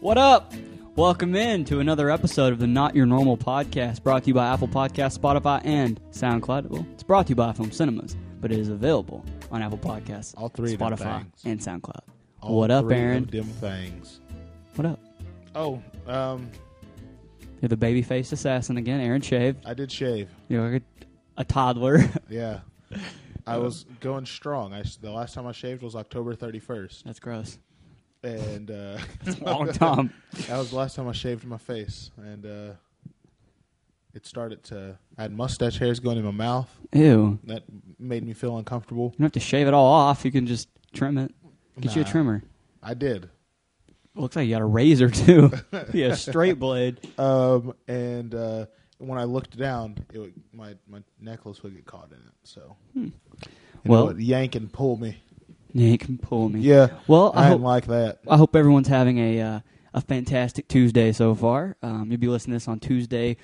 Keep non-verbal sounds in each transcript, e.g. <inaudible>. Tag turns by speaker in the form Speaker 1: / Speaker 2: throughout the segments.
Speaker 1: What up? Welcome in to another episode of the Not Your Normal podcast, brought to you by Apple Podcasts, Spotify, and SoundCloud. It's brought to you by Film Cinemas, but it is available on Apple Podcasts,
Speaker 2: All three of them
Speaker 1: Spotify,
Speaker 2: things.
Speaker 1: and SoundCloud.
Speaker 2: All
Speaker 1: what up,
Speaker 2: three of
Speaker 1: Aaron?
Speaker 2: Them things.
Speaker 1: What up?
Speaker 2: Oh, um,
Speaker 1: You're the baby-faced assassin again, Aaron Shave.
Speaker 2: I did shave.
Speaker 1: You're like a, a toddler. <laughs>
Speaker 2: Yeah, I was going strong. I s- the last time I shaved was October thirty first,
Speaker 1: That's gross.
Speaker 2: and
Speaker 1: <laughs>
Speaker 2: uh, <laughs>
Speaker 1: Long time.
Speaker 2: that was the last time I shaved my face, and uh, it started to. I had mustache hairs going in my mouth.
Speaker 1: Ew.
Speaker 2: That made me feel uncomfortable.
Speaker 1: You don't have to shave it all off. You can just trim it. Get you a
Speaker 2: Nah.
Speaker 1: trimmer.
Speaker 2: I did,
Speaker 1: Looks like you got a razor too. <laughs> yeah, a straight blade.
Speaker 2: <laughs> um, and uh, when I looked down, it would, my my necklace would get caught in it. So, And
Speaker 1: Hmm. Well-
Speaker 2: it would yank and pull me.
Speaker 1: Yeah, you can pull me.
Speaker 2: Yeah.
Speaker 1: Well, I
Speaker 2: I
Speaker 1: hope,
Speaker 2: didn't like that.
Speaker 1: I hope everyone's having a uh, a fantastic Tuesday so far. Um, you'll be listening to this on Tuesday,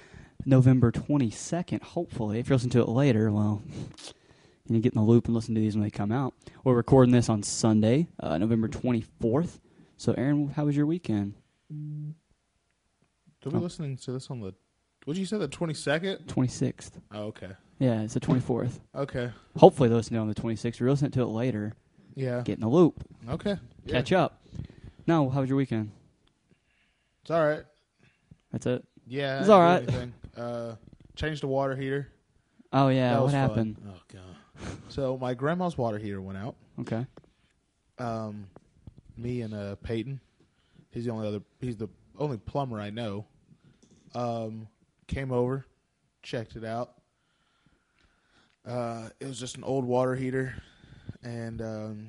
Speaker 1: November twenty second. Hopefully, if you're listening to it later, well, you need to get in the loop and listen to these when they come out. We're recording this on Sunday, uh, November twenty fourth. So, Aaron, how was your weekend?
Speaker 2: Did we
Speaker 1: Oh.
Speaker 2: listening to this on the? Would you say the twenty second?
Speaker 1: Twenty sixth.
Speaker 2: Oh, okay,
Speaker 1: Yeah, it's the twenty fourth.
Speaker 2: okay,
Speaker 1: Hopefully, they're listening on the twenty sixth. You're listening to it later.
Speaker 2: yeah,
Speaker 1: Get in the loop.
Speaker 2: okay. Yeah.
Speaker 1: Catch up. No, how was your weekend?
Speaker 2: It's all right.
Speaker 1: That's it.
Speaker 2: Yeah, I
Speaker 1: It's
Speaker 2: didn't
Speaker 1: all
Speaker 2: do
Speaker 1: right.
Speaker 2: anything. Uh, changed the water heater.
Speaker 1: Oh yeah,
Speaker 2: That
Speaker 1: what
Speaker 2: was fun.
Speaker 1: happened?
Speaker 2: Oh god. so my grandma's water heater went out.
Speaker 1: Okay.
Speaker 2: Um, me and uh, Peyton. He's the only other. He's the only plumber I know. Um, came over, checked it out. Uh, it was just an old water heater, and um,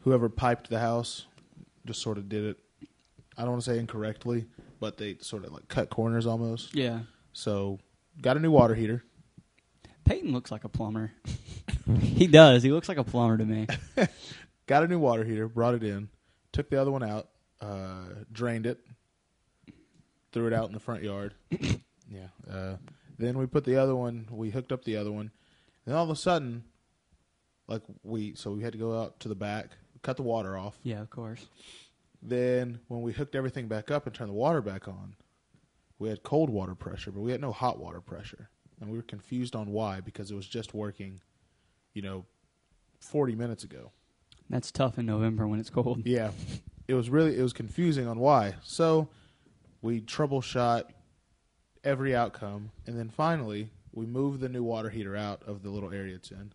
Speaker 2: whoever piped the house just sort of did it. I don't want to say incorrectly, but they sort of like cut corners almost.
Speaker 1: Yeah.
Speaker 2: So, got a new water heater.
Speaker 1: Peyton looks like a plumber. <laughs> he does. He looks like a plumber to me.
Speaker 2: got a new water heater, brought it in, took the other one out, uh, drained it, threw it out in the front yard. yeah. Uh, then we put the other one, we hooked up the other one. Then all of a sudden, like we, so we had to go out to the back, cut the water off.
Speaker 1: <laughs> Yeah, of course.
Speaker 2: Then when we hooked everything back up and turned the water back on, we had cold water pressure, but we had no hot water pressure. And we were confused on why because it was just working, you know, 40 minutes ago.
Speaker 1: That's tough in November when it's cold.
Speaker 2: Yeah, it was really it was confusing on why. So we troubleshot every outcome, and then finally we moved the new water heater out of the little area it's in,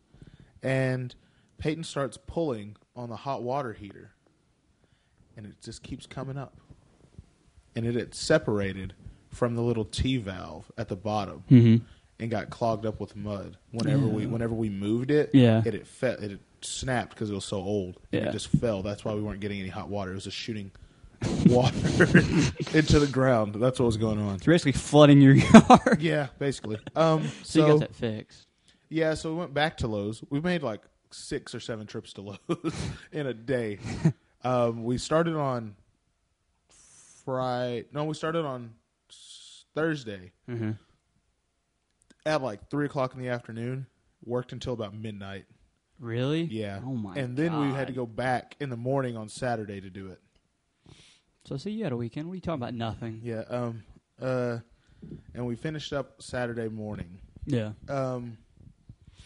Speaker 2: and Peyton starts pulling on the hot water heater, and it just keeps coming up, and it had separated from the little T valve at the bottom.
Speaker 1: <laughs> Mm-hmm.
Speaker 2: And got clogged up with mud. Whenever we
Speaker 1: Yeah.
Speaker 2: whenever we moved it,
Speaker 1: Yeah.
Speaker 2: it it fe- it snapped because it was so old.
Speaker 1: Yeah.
Speaker 2: It just fell. That's why we weren't getting any hot water. It was just shooting <laughs> water <laughs> into the ground. That's what was going on.
Speaker 1: It's basically flooding your <laughs> yard.
Speaker 2: Yeah, basically. Um,
Speaker 1: <laughs> So,
Speaker 2: so
Speaker 1: you got that fixed.
Speaker 2: yeah, so we went back to Lowe's. We made like six or seven trips to <laughs> Lowe's in
Speaker 1: <laughs>
Speaker 2: a day. um, we started on Friday. No, we started on s- Thursday
Speaker 1: Mm-hmm.
Speaker 2: at like three o'clock in the afternoon. Worked until about midnight.
Speaker 1: Really?
Speaker 2: Yeah.
Speaker 1: Oh my.
Speaker 2: And then we had to
Speaker 1: God.
Speaker 2: go back in the morning on Saturday to do it.
Speaker 1: So see, you had a weekend. What are you talking about? Nothing.
Speaker 2: Yeah. Um. Uh. And we finished up Saturday morning.
Speaker 1: Yeah.
Speaker 2: Um.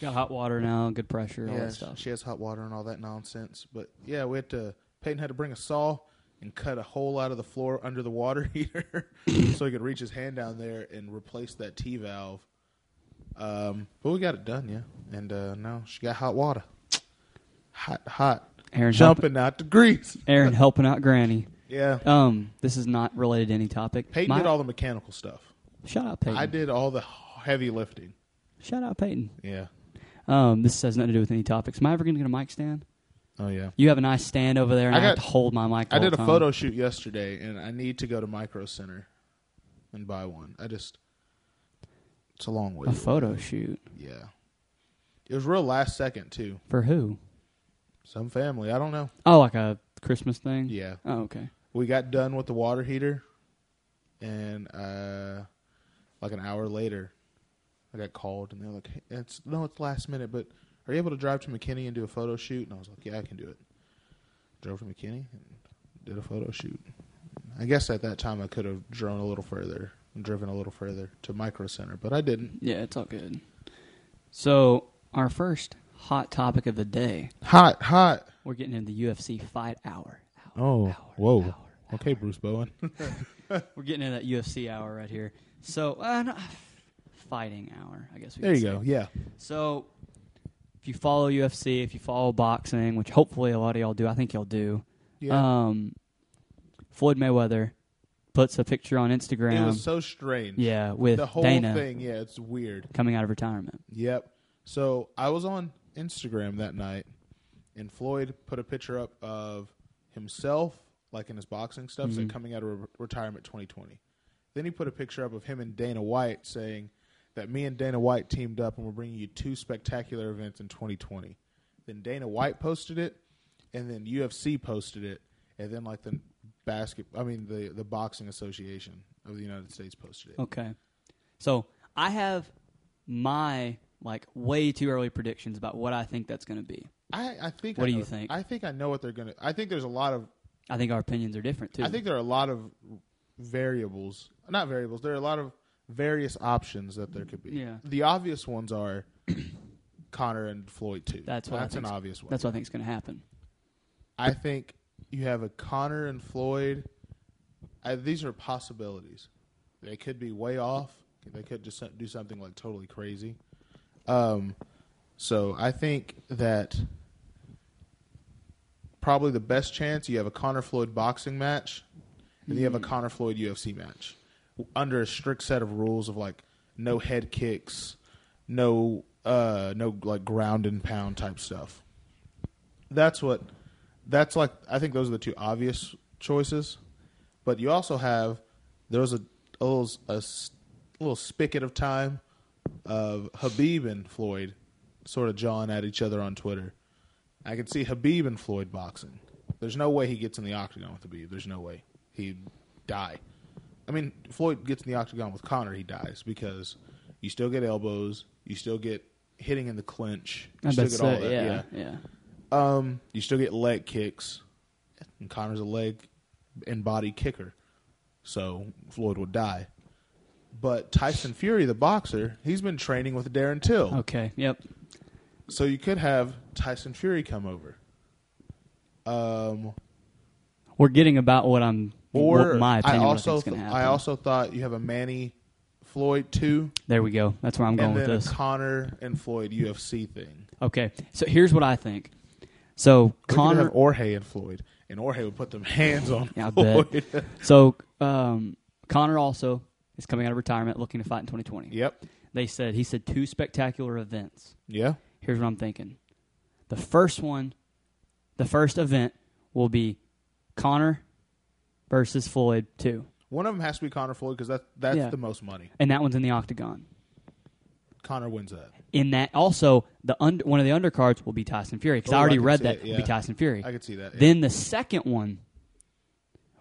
Speaker 1: Got hot water now. Good pressure. All
Speaker 2: yeah,
Speaker 1: that stuff.
Speaker 2: She has hot water and all that nonsense. But yeah, we had to. Peyton had to bring a saw and cut a hole out of the floor under the water <laughs>
Speaker 1: <coughs>
Speaker 2: heater so he could reach his hand down there and replace that T valve. Um. But we got it done. Yeah. And uh, now she got hot water. Hot, hot.
Speaker 1: Aaron helping.
Speaker 2: Jumping out the grease.
Speaker 1: Aaron helping out Granny.
Speaker 2: Yeah.
Speaker 1: Um, this is not related to any topic.
Speaker 2: Peyton
Speaker 1: My-
Speaker 2: did all the mechanical stuff.
Speaker 1: Shout out Peyton.
Speaker 2: I did all the heavy lifting.
Speaker 1: Shout out Peyton.
Speaker 2: Yeah.
Speaker 1: Um, this has nothing to do with any topics. Am I ever going to get a mic stand?
Speaker 2: Oh yeah.
Speaker 1: You have a nice stand over there, and I,
Speaker 2: I
Speaker 1: have to
Speaker 2: got-
Speaker 1: hold my mic. the
Speaker 2: I did
Speaker 1: whole
Speaker 2: a
Speaker 1: time.
Speaker 2: photo shoot yesterday, and I need to go to Micro Center and buy one. I just it's a long way.
Speaker 1: A photo shoot
Speaker 2: Yeah, it was real last second too.
Speaker 1: for who?
Speaker 2: Some family, I don't know.
Speaker 1: Oh, like a Christmas thing.
Speaker 2: Yeah,
Speaker 1: Oh, okay.
Speaker 2: we got done with the water heater, and uh, like an hour later, I got called, and they're like, hey, "It's no, it's last minute, but are you able to drive to McKinney and do a photo shoot?" And I was like, "Yeah, I can do it." Drove to McKinney and did a photo shoot. I guess at that time I could have drone a little further, driven a little further to Micro Center, but I didn't.
Speaker 1: Yeah, it's all good. So our first hot topic of the day,
Speaker 2: Hot, hot.
Speaker 1: we're getting into UFC fight hour. hour
Speaker 2: Oh,
Speaker 1: hour,
Speaker 2: whoa.
Speaker 1: hour,
Speaker 2: Okay, Bruce Bowen.
Speaker 1: We're getting into that UFC hour right here. So uh, no, fighting hour, I guess. We
Speaker 2: there
Speaker 1: could
Speaker 2: you
Speaker 1: say.
Speaker 2: go. Yeah.
Speaker 1: So, if you follow UFC, if you follow boxing, which hopefully a lot of y'all do, I think y'all do.
Speaker 2: Yeah.
Speaker 1: Um, Floyd Mayweather puts a picture on Instagram.
Speaker 2: it was so strange.
Speaker 1: yeah, with
Speaker 2: The whole
Speaker 1: Dana
Speaker 2: thing, yeah, it's weird.
Speaker 1: coming out of retirement.
Speaker 2: Yep. So I was on Instagram that night, and Floyd put a picture up of himself, like in his boxing stuff,
Speaker 1: Mm-hmm.
Speaker 2: saying coming out of re- retirement 2020. Then he put a picture up of him and Dana White saying that me and Dana White teamed up and we're bringing you two spectacular events in 2020. Then Dana White posted it, and then UFC posted it, and then like the basket, I mean the the boxing association of the United States posted it.
Speaker 1: Okay, so I have my like way too early predictions about what I think that's going to be.
Speaker 2: I, I think.
Speaker 1: What
Speaker 2: I
Speaker 1: do
Speaker 2: know-
Speaker 1: you think?
Speaker 2: I think I know what they're gonna. I think there's a lot of.
Speaker 1: I think our opinions are different too.
Speaker 2: I think there are a lot of variables. Not variables. There are a lot of various options that there could be.
Speaker 1: Yeah.
Speaker 2: The obvious ones are <clears throat> Connor and Floyd too.
Speaker 1: That's what I
Speaker 2: That's an
Speaker 1: think's-
Speaker 2: obvious one.
Speaker 1: that's what I think is going to happen.
Speaker 2: I think you have a Connor and Floyd. I, these are possibilities. They could be way off. They could just do something like totally crazy. Um, so I think that probably the best chance you have a Connor Floyd boxing match, and you have a Connor Floyd UFC match under a strict set of rules of like no head kicks, no uh, no like ground and pound type stuff that's what that's like i think those are the two obvious choices but you also have there was a, a little a s- little spigot of time of habib and floyd sort of jawing at each other on twitter i could see habib and floyd boxing there's no way he gets in the octagon with habib there's no way he'd die i mean floyd gets in the octagon with connor he dies because you still get elbows you still get hitting in the clinch you
Speaker 1: I
Speaker 2: still
Speaker 1: bet
Speaker 2: get
Speaker 1: so,
Speaker 2: all that
Speaker 1: yeah, yeah.
Speaker 2: um, you still get leg kicks, and Connor's a leg and body kicker, so Floyd would die. But Tyson Fury, the boxer, he's been training with Darren Till,
Speaker 1: Okay. Yep.
Speaker 2: so you could have Tyson Fury come over. Um,
Speaker 1: We're getting about what I'm.
Speaker 2: or
Speaker 1: what my opinion.
Speaker 2: I
Speaker 1: what
Speaker 2: also
Speaker 1: I, think's gonna
Speaker 2: th-
Speaker 1: happen.
Speaker 2: I also thought you have a Manny Floyd two,
Speaker 1: There we go. That's where I'm going
Speaker 2: and
Speaker 1: with
Speaker 2: then a
Speaker 1: this.
Speaker 2: Connor and Floyd UFC thing.
Speaker 1: Okay. So here's what I think. So
Speaker 2: Connor
Speaker 1: Connor.
Speaker 2: have Orhe and Floyd, and Orhe would put them <laughs> hands on
Speaker 1: Yeah, I bet.
Speaker 2: Floyd. <laughs>
Speaker 1: So um, Connor also is coming out of retirement, looking to fight in 2020.
Speaker 2: yep,
Speaker 1: They said he said two spectacular events.
Speaker 2: yeah.
Speaker 1: Here's what I'm thinking. The first one, the first event will be Connor versus Floyd two,
Speaker 2: One of them has to be Connor Floyd because that that's
Speaker 1: Yeah.
Speaker 2: the most money.
Speaker 1: and that one's in the octagon.
Speaker 2: Connor wins that.
Speaker 1: In that, also the under, one of the undercards will be Tyson Fury because
Speaker 2: Oh,
Speaker 1: I
Speaker 2: I
Speaker 1: already
Speaker 2: can
Speaker 1: read
Speaker 2: see
Speaker 1: that
Speaker 2: it,
Speaker 1: will
Speaker 2: yeah.
Speaker 1: be Tyson Fury.
Speaker 2: I could see that. yeah.
Speaker 1: Then the second one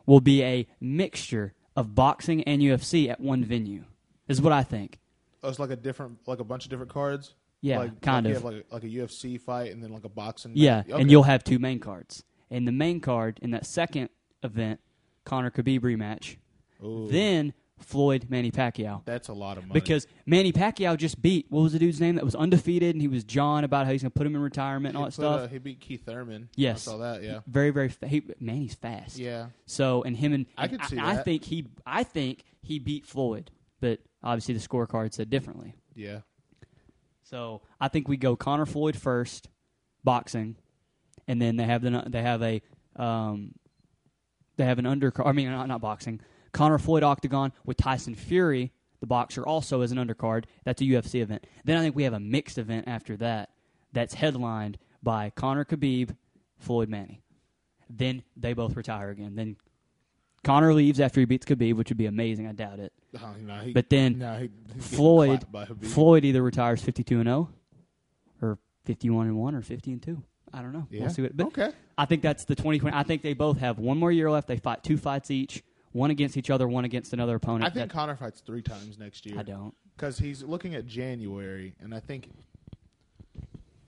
Speaker 1: will be a mixture of boxing and UFC at one venue. Is what I think.
Speaker 2: oh, it's like a different, like a bunch of different cards.
Speaker 1: Yeah,
Speaker 2: like,
Speaker 1: kind
Speaker 2: like you
Speaker 1: of.
Speaker 2: have like a, like a UFC fight and then like a boxing.
Speaker 1: Yeah,
Speaker 2: match. Okay.
Speaker 1: and you'll have two main cards. And the main card in that second event, Conor Khabib rematch.
Speaker 2: Ooh.
Speaker 1: Then Floyd Manny Pacquiao.
Speaker 2: That's a lot of money.
Speaker 1: Because Manny Pacquiao just beat what was the dude's name that was undefeated and he was John about how he's going to put him in retirement and
Speaker 2: he,
Speaker 1: all that
Speaker 2: put, uh,
Speaker 1: stuff.
Speaker 2: he beat Keith Thurman.
Speaker 1: Yes.
Speaker 2: I saw that. Yeah,
Speaker 1: Very very fa- he, Manny's fast.
Speaker 2: yeah.
Speaker 1: So and him and
Speaker 2: I
Speaker 1: and
Speaker 2: could see
Speaker 1: I,
Speaker 2: that.
Speaker 1: think he I think he beat Floyd, but obviously the scorecard said differently.
Speaker 2: Yeah,
Speaker 1: So I think we go Connor Floyd first, boxing, and then they have the they have a um, they have an undercard. I mean, not, not boxing. Connor Floyd octagon with Tyson Fury, the boxer, also as an undercard. That's a UFC event. Then I think we have a mixed event after that. That's headlined by Connor Khabib, Floyd Manny. Then they both retire again. Then Connor leaves after he beats Khabib, which would be amazing. I doubt it.
Speaker 2: Oh, no, he-
Speaker 1: But then
Speaker 2: no, he- he's getting
Speaker 1: Floyd
Speaker 2: clapped by Habib.
Speaker 1: Floyd either retires 52 and 0 or 51 and 1 or 50 and 2. I don't know.
Speaker 2: Yeah.
Speaker 1: We'll see what but
Speaker 2: okay.
Speaker 1: I think that's the 2020. I think they both have one more year left. They fight two fights each, one against each other, one against another opponent.
Speaker 2: I think
Speaker 1: That-
Speaker 2: Connor fights three times next year.
Speaker 1: I don't.
Speaker 2: because he's looking at January, and I think,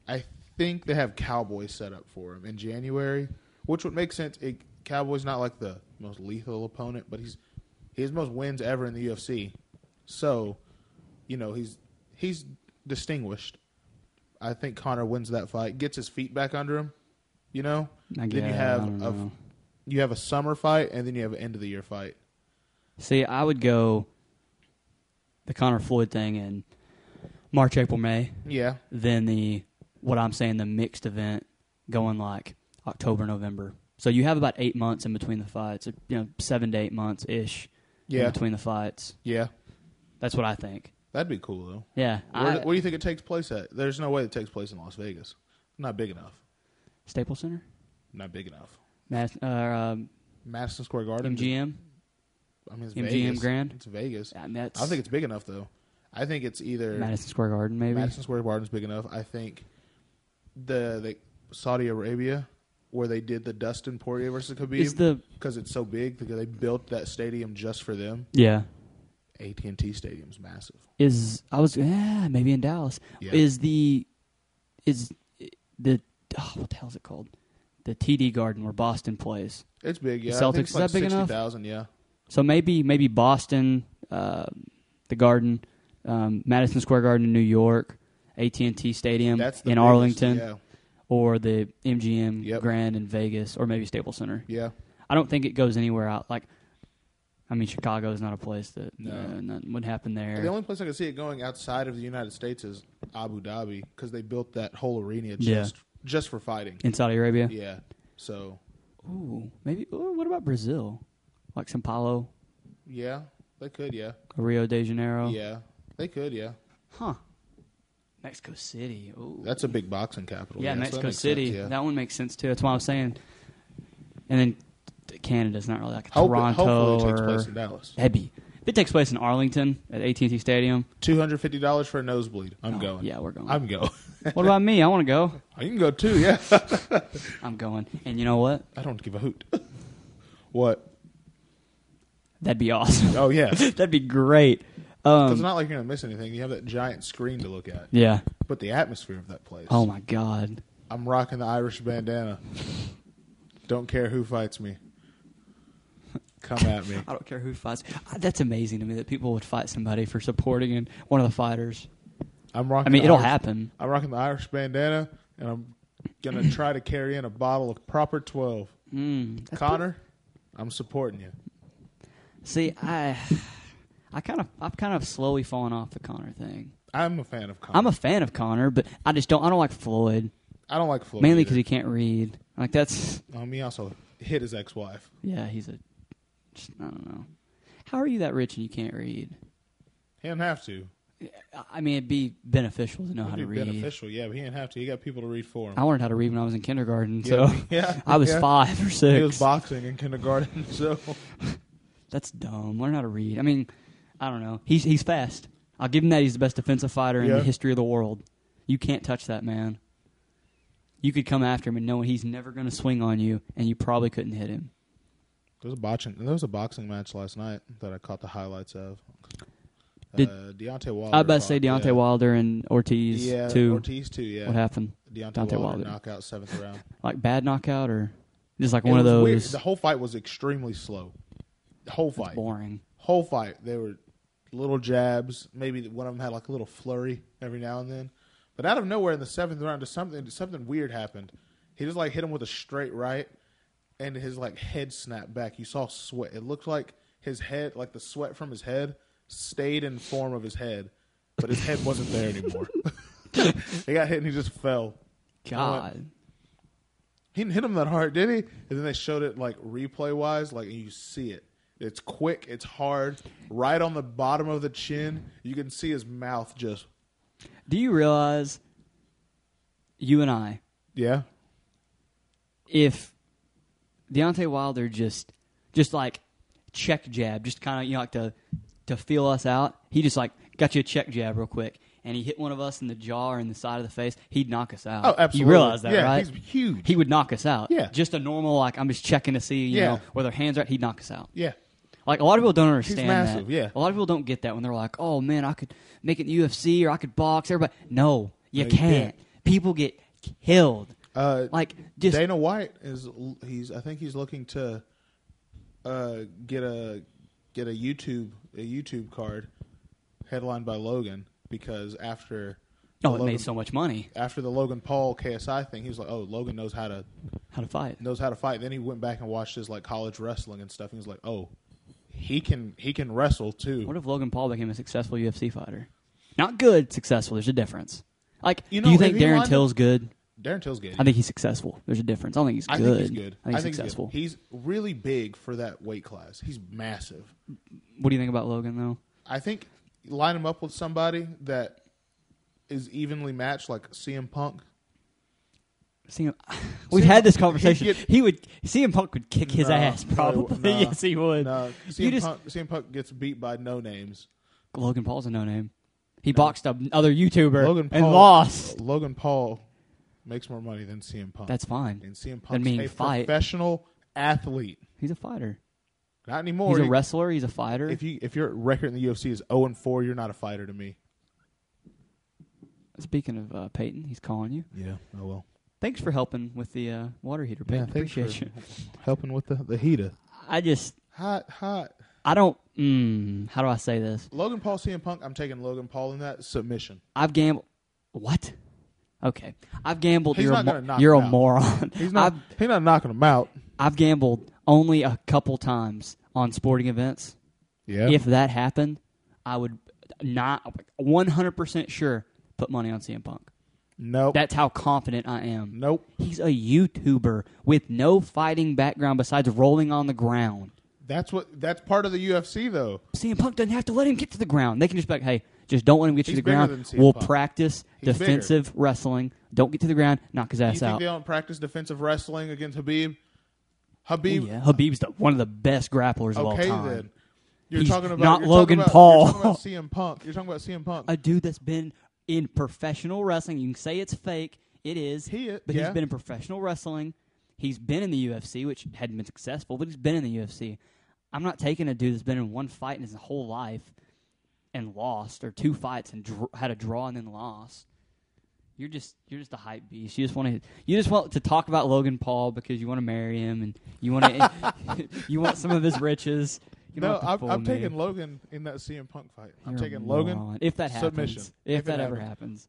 Speaker 2: I think they have Cowboys set up for him in January, which would make sense. It, Cowboy's not like the most lethal opponent, but he's he has most wins ever in the UFC. So, you know, he's he's distinguished. I think Connor wins that fight, gets his feet back under him, you know?
Speaker 1: I
Speaker 2: then you
Speaker 1: guess,
Speaker 2: have
Speaker 1: I don't
Speaker 2: a
Speaker 1: know.
Speaker 2: you have a summer fight and then you have an end of the year fight.
Speaker 1: See, I would go the Connor Floyd thing in March, April, May,
Speaker 2: Yeah.
Speaker 1: then the what I'm saying the mixed event going like October, November. So you have about eight months in between the fights, you know, seven to eight months ish in
Speaker 2: Yeah.
Speaker 1: between the fights.
Speaker 2: Yeah.
Speaker 1: That's what I think.
Speaker 2: That'd be cool though.
Speaker 1: Yeah,
Speaker 2: Where,
Speaker 1: I,
Speaker 2: where do you think it takes place at? There's no way it takes place in Las Vegas. Not big enough.
Speaker 1: Staples Center,
Speaker 2: Not big enough.
Speaker 1: Mas- uh, um,
Speaker 2: Madison Square Garden.
Speaker 1: MGM.
Speaker 2: I mean, it's
Speaker 1: MGM
Speaker 2: Vegas.
Speaker 1: Grand?
Speaker 2: It's Vegas.
Speaker 1: I, mean, that's
Speaker 2: I don't think it's big enough though. I think it's either
Speaker 1: Madison Square Garden, maybe.
Speaker 2: Madison Square Garden's big enough. I think the, the Saudi Arabia where they did the Dustin Poirier
Speaker 1: Is
Speaker 2: versus Khabib
Speaker 1: the
Speaker 2: because it's so big because they built that stadium just for them.
Speaker 1: yeah
Speaker 2: AT and T Stadium's massive.
Speaker 1: is I was yeah maybe in Dallas
Speaker 2: Yeah.
Speaker 1: is the is the oh, what the hell is it called the TD Garden where Boston plays.
Speaker 2: It's big. Yeah,
Speaker 1: The
Speaker 2: I think it's
Speaker 1: Celtics, is
Speaker 2: like
Speaker 1: that big enough?
Speaker 2: 60,000, Yeah,
Speaker 1: So maybe maybe Boston, uh, the Garden, um, Madison Square Garden in New York, AT and T Stadium
Speaker 2: that's the
Speaker 1: in
Speaker 2: biggest,
Speaker 1: Arlington,
Speaker 2: Yeah,
Speaker 1: or the MGM
Speaker 2: Yep.
Speaker 1: Grand in Vegas, or maybe Staples Center.
Speaker 2: yeah.
Speaker 1: I don't think it goes anywhere out. Like, I mean, Chicago is not a place that
Speaker 2: No.
Speaker 1: uh, nothing would happen there.
Speaker 2: The only place I could see it going outside of the United States is Abu Dhabi because they built that whole arena just
Speaker 1: Yeah.
Speaker 2: just for fighting.
Speaker 1: in Saudi Arabia,
Speaker 2: Yeah. So
Speaker 1: ooh, maybe. Ooh, what about Brazil? Like São Paulo,
Speaker 2: yeah, they could. Yeah,
Speaker 1: Rio de Janeiro,
Speaker 2: yeah, they could. Yeah,
Speaker 1: huh? Mexico City. Ooh,
Speaker 2: that's a big boxing capital.
Speaker 1: yeah,
Speaker 2: so that
Speaker 1: Mexico
Speaker 2: makes
Speaker 1: City.
Speaker 2: sense, yeah.
Speaker 1: That one makes sense too. That's why I was saying. And then t- Canada's not really like a
Speaker 2: Hope-
Speaker 1: Toronto
Speaker 2: hopefully, it takes
Speaker 1: or
Speaker 2: place in Dallas.
Speaker 1: that'd be if it takes place in Arlington at AT&T Stadium.
Speaker 2: Two hundred fifty dollars for a nosebleed. I'm
Speaker 1: oh,
Speaker 2: going.
Speaker 1: Yeah, we're going.
Speaker 2: I'm going. <laughs>
Speaker 1: what about me? I want to go.
Speaker 2: I can go too. Yeah, <laughs>
Speaker 1: I'm going. And you know what?
Speaker 2: I don't give a hoot. <laughs> what?
Speaker 1: That'd be awesome.
Speaker 2: Oh yeah.
Speaker 1: <laughs> That'd be great.
Speaker 2: it's
Speaker 1: Um,
Speaker 2: not like you're gonna miss anything. You have that giant screen to look at,
Speaker 1: yeah.
Speaker 2: but the atmosphere of that place.
Speaker 1: Oh my God.
Speaker 2: I'm rocking the Irish bandana. Don't care who fights me. Come at me.
Speaker 1: I don't care who fights. I- That's amazing to me that people would fight somebody for supporting and one of the fighters.
Speaker 2: I'm
Speaker 1: I
Speaker 2: rocking.
Speaker 1: mean,
Speaker 2: the
Speaker 1: it'll
Speaker 2: Irish-
Speaker 1: happen.
Speaker 2: I'm rocking the Irish bandana, and I'm
Speaker 1: <clears throat>
Speaker 2: gonna try to carry in a bottle of proper twelve.
Speaker 1: Mm, that's
Speaker 2: Connor, I'm supporting you.
Speaker 1: See, I, I kind of, I've kind of slowly fallen off the Connor thing.
Speaker 2: I'm a fan of Connor.
Speaker 1: I'm a fan of Connor, but I just don't, I don't like Floyd,
Speaker 2: I don't like Floyd.
Speaker 1: mainly
Speaker 2: either.
Speaker 1: because he can't read. Like that's,
Speaker 2: Um, he also hit his ex-wife.
Speaker 1: yeah, he's a, just, I don't know. How are you that rich and you can't read?
Speaker 2: He didn't have to.
Speaker 1: I- I mean, it'd be beneficial to know how to
Speaker 2: It'd be
Speaker 1: read.
Speaker 2: beneficial, yeah, but he didn't have to. He got people to read for him.
Speaker 1: I learned how to read when I was in kindergarten,
Speaker 2: yeah,
Speaker 1: so
Speaker 2: yeah,
Speaker 1: <laughs> I was
Speaker 2: yeah.
Speaker 1: five or
Speaker 2: He was
Speaker 1: six.
Speaker 2: boxing in kindergarten, <laughs> so
Speaker 1: That's dumb. Learn how to read. I mean, I don't know. He's he's fast. I'll give him that. He's the best defensive fighter in
Speaker 2: Yeah.
Speaker 1: the history of the world. You can't touch that man. You could come after him and knowing he's never going to swing on you, and you probably couldn't hit him.
Speaker 2: There was a boxing. There was a boxing match last night that I caught the highlights of.
Speaker 1: Did-
Speaker 2: uh, Deontay Wilder?
Speaker 1: I'd about to say
Speaker 2: fought-
Speaker 1: Deontay
Speaker 2: yeah.
Speaker 1: Wilder and Ortiz
Speaker 2: Yeah,
Speaker 1: too.
Speaker 2: Ortiz too. Yeah,
Speaker 1: What happened?
Speaker 2: Deontay,
Speaker 1: Deontay
Speaker 2: Wilder,
Speaker 1: Wilder.
Speaker 2: knockout seventh round.
Speaker 1: Like bad knockout or just like
Speaker 2: It
Speaker 1: one of
Speaker 2: was weird.
Speaker 1: those
Speaker 2: The whole fight was extremely slow. The whole
Speaker 1: that's
Speaker 2: fight.
Speaker 1: boring.
Speaker 2: Whole fight. They were little jabs. Maybe one of them had like a little flurry every now and then. But out of nowhere in the seventh round, just something something weird happened. He just like hit him with a straight right, and his like head snapped back. You saw sweat. It looked like his head, like the sweat from his head, stayed in form of his head, but his head wasn't there anymore. <laughs> he got hit and he just fell.
Speaker 1: God,
Speaker 2: He didn't hit him that hard, did he? And then they showed it like replay wise, like and you see it. It's quick, it's hard, right on the bottom of the chin. You can see his mouth just
Speaker 1: do you realize you and I
Speaker 2: yeah.
Speaker 1: if Deontay Wilder just just like check jab, just kind of you know like to to feel us out, he just like got you a check jab real quick, and he hit one of us in the jaw or in the side of the face, he'd knock us out.
Speaker 2: Oh, absolutely.
Speaker 1: You realize that,
Speaker 2: Yeah,
Speaker 1: right?
Speaker 2: he's huge.
Speaker 1: He would knock us out.
Speaker 2: Yeah.
Speaker 1: Just a normal like I'm just checking to see you
Speaker 2: Yeah.
Speaker 1: know whether hands are. He'd knock us out.
Speaker 2: Yeah.
Speaker 1: Like a lot of people don't understand
Speaker 2: massive,
Speaker 1: that.
Speaker 2: yeah.
Speaker 1: A lot of people don't get that when they're like, "Oh man, I could make it in the UFC or I could box." Everybody, no, you
Speaker 2: No, you
Speaker 1: can't.
Speaker 2: can't.
Speaker 1: People get killed.
Speaker 2: Uh,
Speaker 1: Like just
Speaker 2: Dana White is l- he's I think he's looking to uh, get a get a YouTube a YouTube card headlined by Logan because after
Speaker 1: oh, it
Speaker 2: Logan,
Speaker 1: made so much money.
Speaker 2: after the Logan Paul KSI thing, he was like, "Oh, Logan knows how to
Speaker 1: How to fight?
Speaker 2: knows how to fight." Then he went back and watched his like college wrestling and stuff. He was like, "Oh, he can he can wrestle too."
Speaker 1: What if Logan Paul became a successful UFC fighter? Not good, successful. There's a difference. Like,
Speaker 2: You
Speaker 1: do
Speaker 2: know,
Speaker 1: you
Speaker 2: if
Speaker 1: think
Speaker 2: you
Speaker 1: Darren
Speaker 2: wanted-
Speaker 1: Till's good?
Speaker 2: Darren Till's good.
Speaker 1: I think he's successful. There's a difference. I don't think he's
Speaker 2: I
Speaker 1: good.
Speaker 2: think he's good.
Speaker 1: I think he's
Speaker 2: he's good.
Speaker 1: successful.
Speaker 2: He's really big for that weight class. He's massive.
Speaker 1: what do you think about Logan though?
Speaker 2: I think line him up with somebody that is evenly matched, like CM Punk. <sighs>
Speaker 1: CM, we've
Speaker 2: CM
Speaker 1: had this
Speaker 2: Punk-
Speaker 1: conversation.
Speaker 2: he'd get-
Speaker 1: he would CM Punk would kick his
Speaker 2: No,
Speaker 1: ass
Speaker 2: no,
Speaker 1: probably. <laughs>
Speaker 2: no,
Speaker 1: yes, he would.
Speaker 2: No,
Speaker 1: You
Speaker 2: CM,
Speaker 1: just
Speaker 2: Punk, CM Punk gets beat by no names.
Speaker 1: Logan Paul's a no name. He boxed another YouTuber
Speaker 2: Logan Paul
Speaker 1: and lost.
Speaker 2: Logan Paul makes more money than CM Punk.
Speaker 1: That's fine.
Speaker 2: and CM Punk's
Speaker 1: mean,
Speaker 2: a
Speaker 1: fight.
Speaker 2: professional athlete.
Speaker 1: He's a fighter.
Speaker 2: Not anymore.
Speaker 1: he's a
Speaker 2: He-
Speaker 1: wrestler. He's a fighter.
Speaker 2: if you if your record in the UFC is zero and four, you're not a fighter to me.
Speaker 1: Speaking of uh, Peyton, he's calling you.
Speaker 2: Yeah. Oh well.
Speaker 1: Thanks for helping with the uh, water heater, Peyton.
Speaker 2: thanks
Speaker 1: Appreciate
Speaker 2: for
Speaker 1: you.
Speaker 2: <laughs> helping with the the heater.
Speaker 1: I just
Speaker 2: Hot, hot.
Speaker 1: I don't. Mm, how do I say this?
Speaker 2: Logan Paul, CM Punk. I'm taking Logan Paul in that submission.
Speaker 1: I've gambled. What? Okay, I've gambled.
Speaker 2: He's
Speaker 1: you're a,
Speaker 2: not
Speaker 1: mo-
Speaker 2: gonna knock
Speaker 1: you're
Speaker 2: him
Speaker 1: a
Speaker 2: out.
Speaker 1: moron.
Speaker 2: He's not.
Speaker 1: <laughs> I've,
Speaker 2: he's not knocking him out.
Speaker 1: I've gambled only a couple times on sporting events.
Speaker 2: Yeah.
Speaker 1: If that happened, I would not 100 percent sure put money on CM Punk.
Speaker 2: nope.
Speaker 1: That's how confident I am.
Speaker 2: nope.
Speaker 1: He's a YouTuber with no fighting background besides rolling on the ground.
Speaker 2: That's what. That's part of the UFC though.
Speaker 1: CM Punk doesn't have to let him get to the ground. They can just be like, hey, just don't let him get to
Speaker 2: He's
Speaker 1: the
Speaker 2: bigger
Speaker 1: ground.
Speaker 2: than CM
Speaker 1: We'll
Speaker 2: Punk.
Speaker 1: practice
Speaker 2: He's bigger.
Speaker 1: defensive wrestling. Don't get to the ground, knock his
Speaker 2: You
Speaker 1: ass
Speaker 2: think
Speaker 1: out.
Speaker 2: they don't practice defensive wrestling against Habib? Habib.
Speaker 1: yeah, Habib's the, one of the best grapplers of all
Speaker 2: Okay
Speaker 1: time.
Speaker 2: then. You're
Speaker 1: He's
Speaker 2: talking about
Speaker 1: not
Speaker 2: you're
Speaker 1: Logan
Speaker 2: talking about,
Speaker 1: Paul.
Speaker 2: You're talking about CM Punk. You're talking about CM Punk.
Speaker 1: A dude that's been in professional wrestling. You can say it's fake. It is.
Speaker 2: He i-
Speaker 1: but
Speaker 2: yeah.
Speaker 1: he's been in professional wrestling. He's been in the UFC, which hadn't been successful, but he's been in the UFC. I'm not taking a dude that's been in one fight in his whole life and lost, or two fights and dr- had a draw and then lost. You're just you're just a hype beast. You just want to you just want to talk about Logan Paul because you want to marry him and you want to <laughs> you want some of his riches. You don't have
Speaker 2: no,
Speaker 1: to
Speaker 2: I'm,
Speaker 1: fool
Speaker 2: I'm
Speaker 1: me.
Speaker 2: taking Logan in that CM Punk fight. I'm
Speaker 1: You're a
Speaker 2: taking Logan.
Speaker 1: moron. if that happens.
Speaker 2: submission.
Speaker 1: If,
Speaker 2: If it
Speaker 1: that ever
Speaker 2: happens.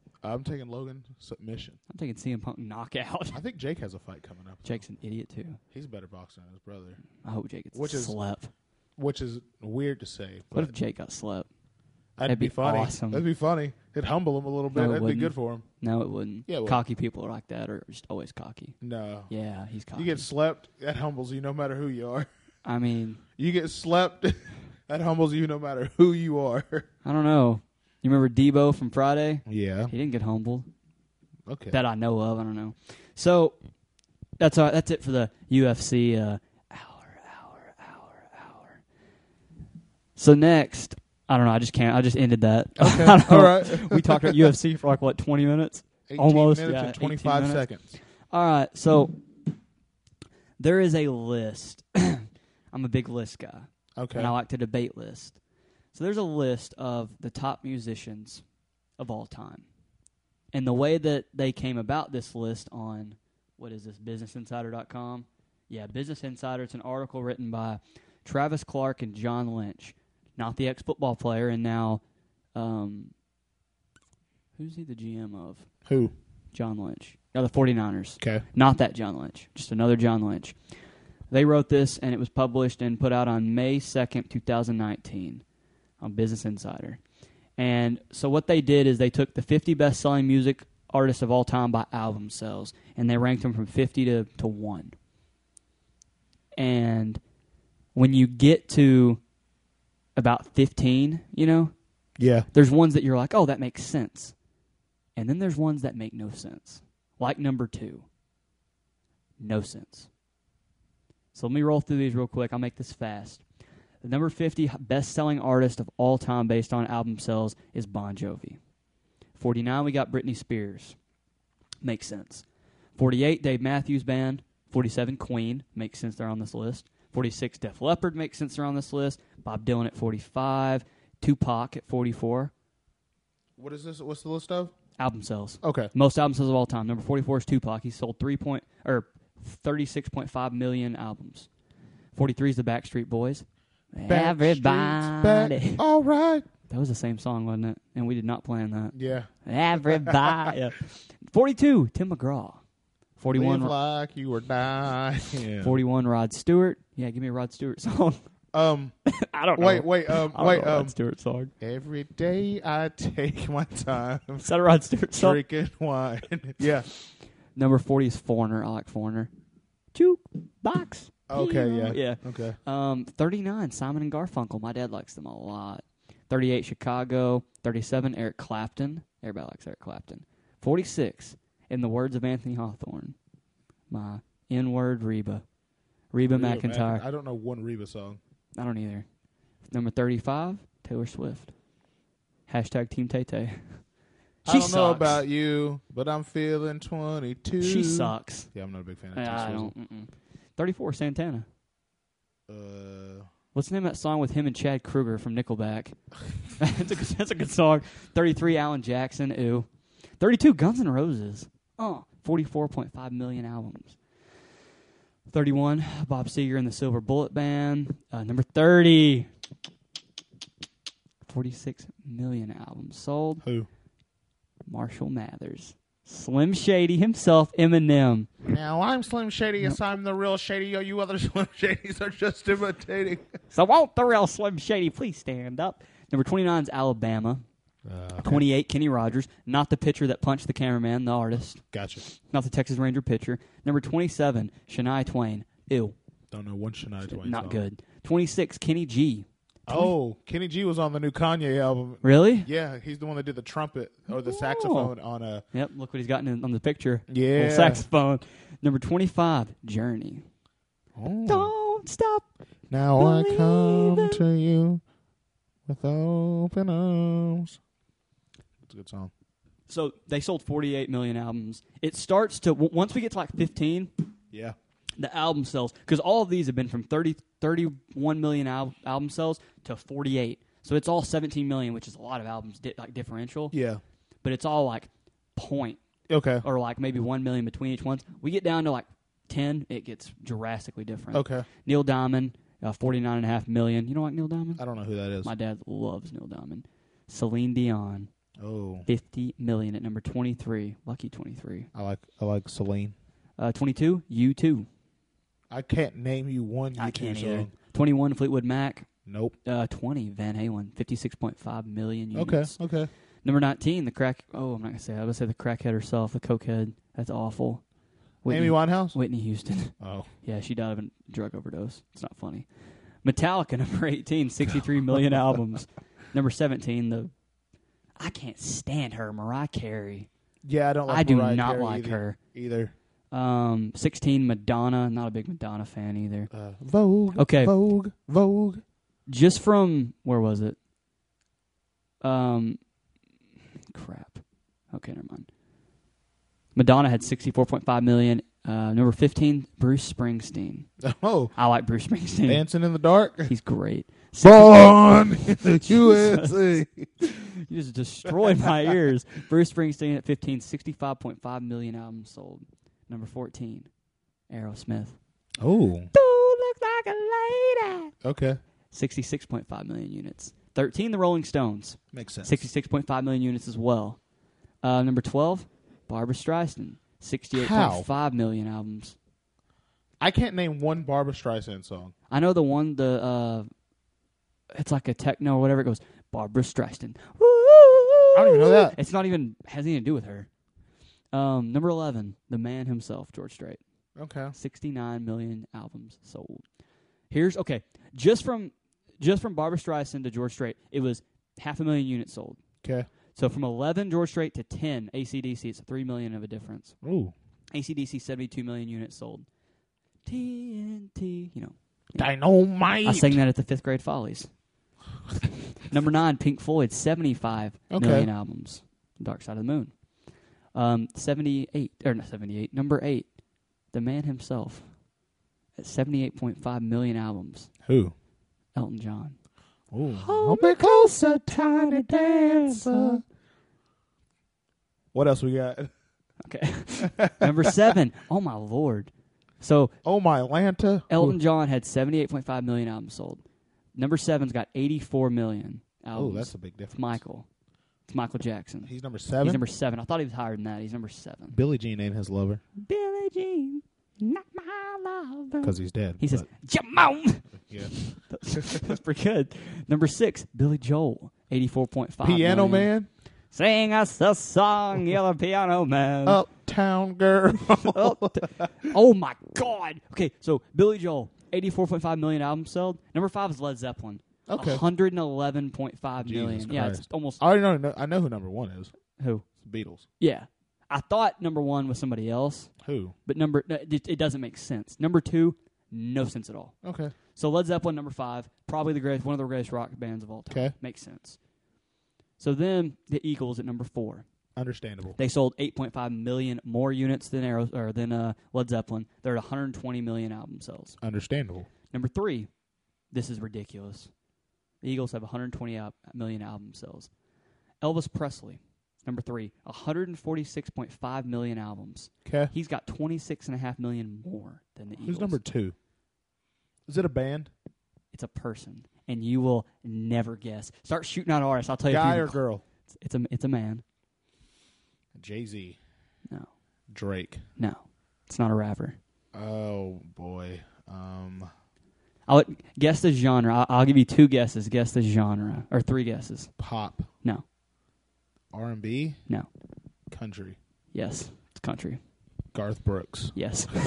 Speaker 1: happens,
Speaker 2: I'm taking Logan submission.
Speaker 1: I'm taking CM Punk
Speaker 2: <laughs>
Speaker 1: knockout. <laughs>
Speaker 2: I think Jake has a fight coming up.
Speaker 1: Jake's an idiot too.
Speaker 2: He's a better boxer than his brother,
Speaker 1: I hope Jake gets
Speaker 2: Which is-
Speaker 1: slept.
Speaker 2: which is weird to say.
Speaker 1: What
Speaker 2: But
Speaker 1: if Jake got slept?
Speaker 2: that'd,
Speaker 1: that'd
Speaker 2: be,
Speaker 1: be
Speaker 2: funny.
Speaker 1: awesome.
Speaker 2: That'd be funny. It'd humble him a little bit.
Speaker 1: No, it
Speaker 2: that'd
Speaker 1: wouldn't.
Speaker 2: be good for him.
Speaker 1: No, it wouldn't.
Speaker 2: Yeah, it would.
Speaker 1: cocky people are like that, or just always cocky.
Speaker 2: No,
Speaker 1: Yeah, he's cocky.
Speaker 2: you get slept. That humbles you no matter who you are. <laughs>
Speaker 1: I mean,
Speaker 2: You get slept. <laughs> that humbles you no matter who you are. <laughs>
Speaker 1: I don't know. You remember Debo from Friday?
Speaker 2: Yeah.
Speaker 1: He didn't get humbled
Speaker 2: Okay.
Speaker 1: that I know of. I don't know. So that's all, that's it for the UFC uh, hour, hour, hour, hour. So next, I don't know. I just can't. I just ended that. <laughs>
Speaker 2: Okay,
Speaker 1: I don't-
Speaker 2: <laughs> all right.
Speaker 1: we talked about
Speaker 2: <laughs>
Speaker 1: UFC for like what twenty minutes.
Speaker 2: 18
Speaker 1: almost,
Speaker 2: minutes
Speaker 1: yeah,
Speaker 2: and
Speaker 1: 18
Speaker 2: 25
Speaker 1: minutes.
Speaker 2: seconds.
Speaker 1: All right, so there is a list. <clears throat> I'm a big list guy.
Speaker 2: Okay.
Speaker 1: and I like to debate list. So there's a list of the top musicians of all time. And the way that they came about this list on what is this businessinsider.com? Yeah, Business Insider, it's an article written by Travis Clark and John Lynch, not the ex-football player and now um who's he the GM of?
Speaker 2: Who?
Speaker 1: John Lynch. Yeah, the 49ers.
Speaker 2: Okay.
Speaker 1: Not that John Lynch, just another John Lynch. They wrote this and it was published and put out on May 2nd, 2019 on Business Insider. And so what they did is they took the 50 best-selling music artists of all time by album sales and they ranked them from 50 to, to 1. And when you get to about 15, you know,
Speaker 2: Yeah.
Speaker 1: there's ones that you're like, oh, that makes sense. And then there's ones that make no sense. Like number two, no sense. So let me roll through these real quick. I'll make this fast. The number 50 best selling artist of all time based on album sales is Bon Jovi. 49, we got Britney Spears. Makes sense. 48, Dave Matthews Band. 47, Queen. Makes sense they're on this list. 46, Def Leppard. Makes sense they're on this list. Bob Dylan at 45. Tupac at 44.
Speaker 2: What is this? What's the list of?
Speaker 1: album sales.
Speaker 2: Okay.
Speaker 1: Most album sales of all time. Number 44 is Tupac. He sold 3 point or 36.5 million albums. 43 is the Backstreet Boys.
Speaker 2: Backstreet's
Speaker 1: Everybody.
Speaker 2: Back. All right.
Speaker 1: That was the same song, wasn't it? And we did not plan that.
Speaker 2: Yeah.
Speaker 1: Everybody. <laughs> Yeah. 42, Tim McGraw. 41,
Speaker 2: Live
Speaker 1: Ro-
Speaker 2: like you were <laughs> dying.
Speaker 1: 41 Rod Stewart. Yeah, give me a Rod Stewart song. <laughs>
Speaker 2: Um.
Speaker 1: I don't know.
Speaker 2: Wait. Wait. Um.
Speaker 1: I don't
Speaker 2: Wait.
Speaker 1: know a
Speaker 2: Um.
Speaker 1: Rod Stewart song.
Speaker 2: Every day I take my <laughs> time
Speaker 1: Is that a Rod Stewart song?
Speaker 2: drinking <laughs> wine. yeah.
Speaker 1: Number 40 is Foreigner. I like Foreigner. Jukebox.
Speaker 2: Okay. Yeah.
Speaker 1: Yeah.
Speaker 2: Okay.
Speaker 1: Um, 39, Simon and Garfunkel. My dad likes them a lot. 38, Chicago. 37, Eric Clapton. Everybody likes Eric Clapton. 46, in the words of Anthony Hawthorne, my N word Reba. Reba
Speaker 2: Reba
Speaker 1: McIntyre.
Speaker 2: Mc- I don't know one Reba song.
Speaker 1: I don't either. Number 35, Taylor Swift. Hashtag Team Tay Tay. <laughs>
Speaker 2: I don't know about you, but I'm feeling 22.
Speaker 1: She sucks.
Speaker 2: Yeah, I'm not a big fan of Taylor
Speaker 1: I
Speaker 2: Swift.
Speaker 1: don't. Mm-mm. 34, Santana.
Speaker 2: Uh,
Speaker 1: What's the name of that song with him and Chad Kruger from Nickelback? <laughs> that's, a, good- that's a good song. 33, Alan Jackson. Ooh. 32, Guns N' Roses. Oh, 44.5 million albums. 31, Bob Seger and the Silver Bullet Band. Uh, number 30, 46 million albums sold.
Speaker 2: who?
Speaker 1: Marshall Mathers. Slim Shady himself, Eminem.
Speaker 2: Now I'm Slim Shady, yes, I'm the real Shady. All you other <laughs> Slim Shadys are just imitating.
Speaker 1: So won't the real Slim Shady please stand up? Number 29 is Alabama.
Speaker 2: Uh,
Speaker 1: 28, Kenny Rogers. Not the pitcher that punched the cameraman, the artist.
Speaker 2: Gotcha.
Speaker 1: Not the Texas Ranger pitcher. Number 27, Shania Twain. Ew.
Speaker 2: Don't know one Shania Twain
Speaker 1: not
Speaker 2: song.
Speaker 1: good. 26, Kenny G.
Speaker 2: Oh, Kenny G was on the new Kanye album.
Speaker 1: Really?
Speaker 2: Yeah, he's the one that did the trumpet or the
Speaker 1: Oh.
Speaker 2: saxophone on a.
Speaker 1: Yep, look what he's gotten in, on the picture.
Speaker 2: Yeah.
Speaker 1: Little saxophone. Number 25, Journey. Don't stop.
Speaker 2: Now I
Speaker 1: Oh. Believe
Speaker 2: come
Speaker 1: it.
Speaker 2: to you with open arms. That's a good song.
Speaker 1: So they sold 48 million albums. It starts to, w- once we get to like 15,
Speaker 2: Yeah.
Speaker 1: the album sales because all of these have been from 30 31 million al- album sales to 48 so it's all 17 million which is a lot of albums di- like differential
Speaker 2: Yeah.
Speaker 1: but it's all like point
Speaker 2: Okay.
Speaker 1: or like maybe 1 million between each one we get down to like 10 it gets drastically different
Speaker 2: Okay.
Speaker 1: neil diamond uh, 49 and a half million you know like neil diamond
Speaker 2: I don't know who that is.
Speaker 1: my dad loves neil diamond celine dion
Speaker 2: Oh,
Speaker 1: 50 million at number 23 lucky 23
Speaker 2: I like I like Celine.
Speaker 1: uh, 22 u2
Speaker 2: I can't name you one.
Speaker 1: i
Speaker 2: U2
Speaker 1: can't
Speaker 2: song.
Speaker 1: either 21 fleetwood mac
Speaker 2: Nope.
Speaker 1: Uh, 20, Van Halen, 56.5 million
Speaker 2: Okay.
Speaker 1: units.
Speaker 2: Okay.
Speaker 1: Number 19, the crack. Oh, I'm not going to say that. I'm going to say the crackhead herself, the cokehead. That's awful. Whitney,
Speaker 2: Amy Winehouse.
Speaker 1: Whitney Houston. <laughs>
Speaker 2: Oh,
Speaker 1: yeah, she died of a drug overdose. It's not funny. Metallica, <laughs> number 18,
Speaker 2: <laughs>
Speaker 1: 63 million albums. Number 17, the. I can't stand her, Mariah Carey.
Speaker 2: yeah. I don't. Like
Speaker 1: I do
Speaker 2: Mariah
Speaker 1: not
Speaker 2: Carey
Speaker 1: like
Speaker 2: either,
Speaker 1: her.
Speaker 2: either.
Speaker 1: Um, 16, Madonna. Not a big Madonna fan either.
Speaker 2: Uh, Vogue.
Speaker 1: Okay.
Speaker 2: Vogue. Vogue.
Speaker 1: just from where was it? Um, crap. Okay, never mind. Madonna had sixty-four point five million. Uh, number fifteen, Bruce Springsteen.
Speaker 2: <laughs> Oh,
Speaker 1: I like Bruce Springsteen.
Speaker 2: Dancing in
Speaker 1: <laughs>
Speaker 2: the Dark.
Speaker 1: He's great. <laughs>
Speaker 2: Born in the USA.
Speaker 1: You just destroyed my ears. Bruce Springsteen at 15, 65.5 million albums sold. Number 14, Aerosmith.
Speaker 2: <laughs> Oh,
Speaker 1: Do look like a lady.
Speaker 2: okay.
Speaker 1: 66.5 million units. 13, The Rolling Stones.
Speaker 2: Makes sense.
Speaker 1: 66.5 million units as well. Uh, number 12, Barbara Streisand, 68.5 million albums.
Speaker 2: I can't name one Barbara Streisand song.
Speaker 1: I know the one, the uh, it's like a techno or whatever. It goes, Barbara Streisand. I
Speaker 2: don't even know that.
Speaker 1: It's not even, has anything to do with her. Um, number 11, the man himself, George Strait.
Speaker 2: Okay.
Speaker 1: 69 million albums sold. Here's okay, just from just from Barbara Streisand to George Strait, it was half a million units sold.
Speaker 2: Okay.
Speaker 1: So from 11 George Strait to 10 ACDC, it's 3 million of a difference.
Speaker 2: Ooh.
Speaker 1: ACDC, 72 million units sold. TNT, you know.
Speaker 2: Dynamite.
Speaker 1: I sang that at the fifth grade Follies. <laughs> Number nine, Pink Floyd, seventy-five million
Speaker 2: Okay.
Speaker 1: albums. Dark Side of the Moon. Um, 78, or not 78, number eight, The Man Himself, at 78.5 million albums.
Speaker 2: Who?
Speaker 1: Elton John.
Speaker 2: Ooh. Hold me closer, tiny dancer. What else we got?
Speaker 1: Okay. <laughs> Number seven. Oh my lord. So
Speaker 2: Oh my Lanta.
Speaker 1: Elton John had seventy eight point five million albums sold. Number seven's got eighty four million
Speaker 2: Oh,
Speaker 1: albums.
Speaker 2: that's a big difference.
Speaker 1: it's Michael. It's Michael Jackson.
Speaker 2: He's number seven.
Speaker 1: He's number seven. I thought he was higher than that. He's number seven.
Speaker 2: Billie Jean ain't his lover
Speaker 1: Billie Jean, not my lover.
Speaker 2: because he's dead.
Speaker 1: He says,
Speaker 2: but-
Speaker 1: Jamon.
Speaker 2: yeah.
Speaker 1: <laughs> That's pretty good. Number six, Billy Joel, eighty-four point five.
Speaker 2: Piano Man,
Speaker 1: sing us a song, yellow piano man.
Speaker 2: Oh, Uptown <laughs> Girl.
Speaker 1: Up t- oh my God. Okay, so Billy Joel, eighty-four point five million albums sold. Number five is Led Zeppelin.
Speaker 2: Okay. Uh,
Speaker 1: hundred and eleven point five million.
Speaker 2: Jesus
Speaker 1: Yeah, it's
Speaker 2: Christ.
Speaker 1: almost
Speaker 2: I already know. I know who number one is.
Speaker 1: who.
Speaker 2: It's the Beatles.
Speaker 1: Yeah, I thought number one was somebody else,
Speaker 2: Who?
Speaker 1: but number no, it, it doesn't make sense. Number two, no sense at all.
Speaker 2: Okay.
Speaker 1: So Led Zeppelin number five, probably the greatest, one of the greatest rock bands of all time.
Speaker 2: Okay.
Speaker 1: Makes sense. So then the Eagles at number four,
Speaker 2: Understandable.
Speaker 1: they sold 8.5 million more units than Aeros or than uh, Led Zeppelin. They're at 120 million album sales.
Speaker 2: Understandable.
Speaker 1: Number three, this is ridiculous. The Eagles have 120 al- million album sales. Elvis Presley, number three, 146.5 million albums.
Speaker 2: Okay.
Speaker 1: He's got 26.5 million more than the Eagles.
Speaker 2: Who's number two? Is it a band?
Speaker 1: It's a person, and you will never guess. Start shooting out artists. I'll tell you. if
Speaker 2: Guy
Speaker 1: you
Speaker 2: or
Speaker 1: even-
Speaker 2: girl?
Speaker 1: It's, it's a it's a man.
Speaker 2: Jay Z.
Speaker 1: No,
Speaker 2: Drake.
Speaker 1: no, it's not a rapper.
Speaker 2: Oh boy. Um.
Speaker 1: I would guess the genre. I'll, I'll give you two guesses. Guess the genre or three guesses.
Speaker 2: Pop.
Speaker 1: No,
Speaker 2: R and B.
Speaker 1: no,
Speaker 2: Country.
Speaker 1: yes, it's country.
Speaker 2: Garth Brooks. <laughs>
Speaker 1: Yes. the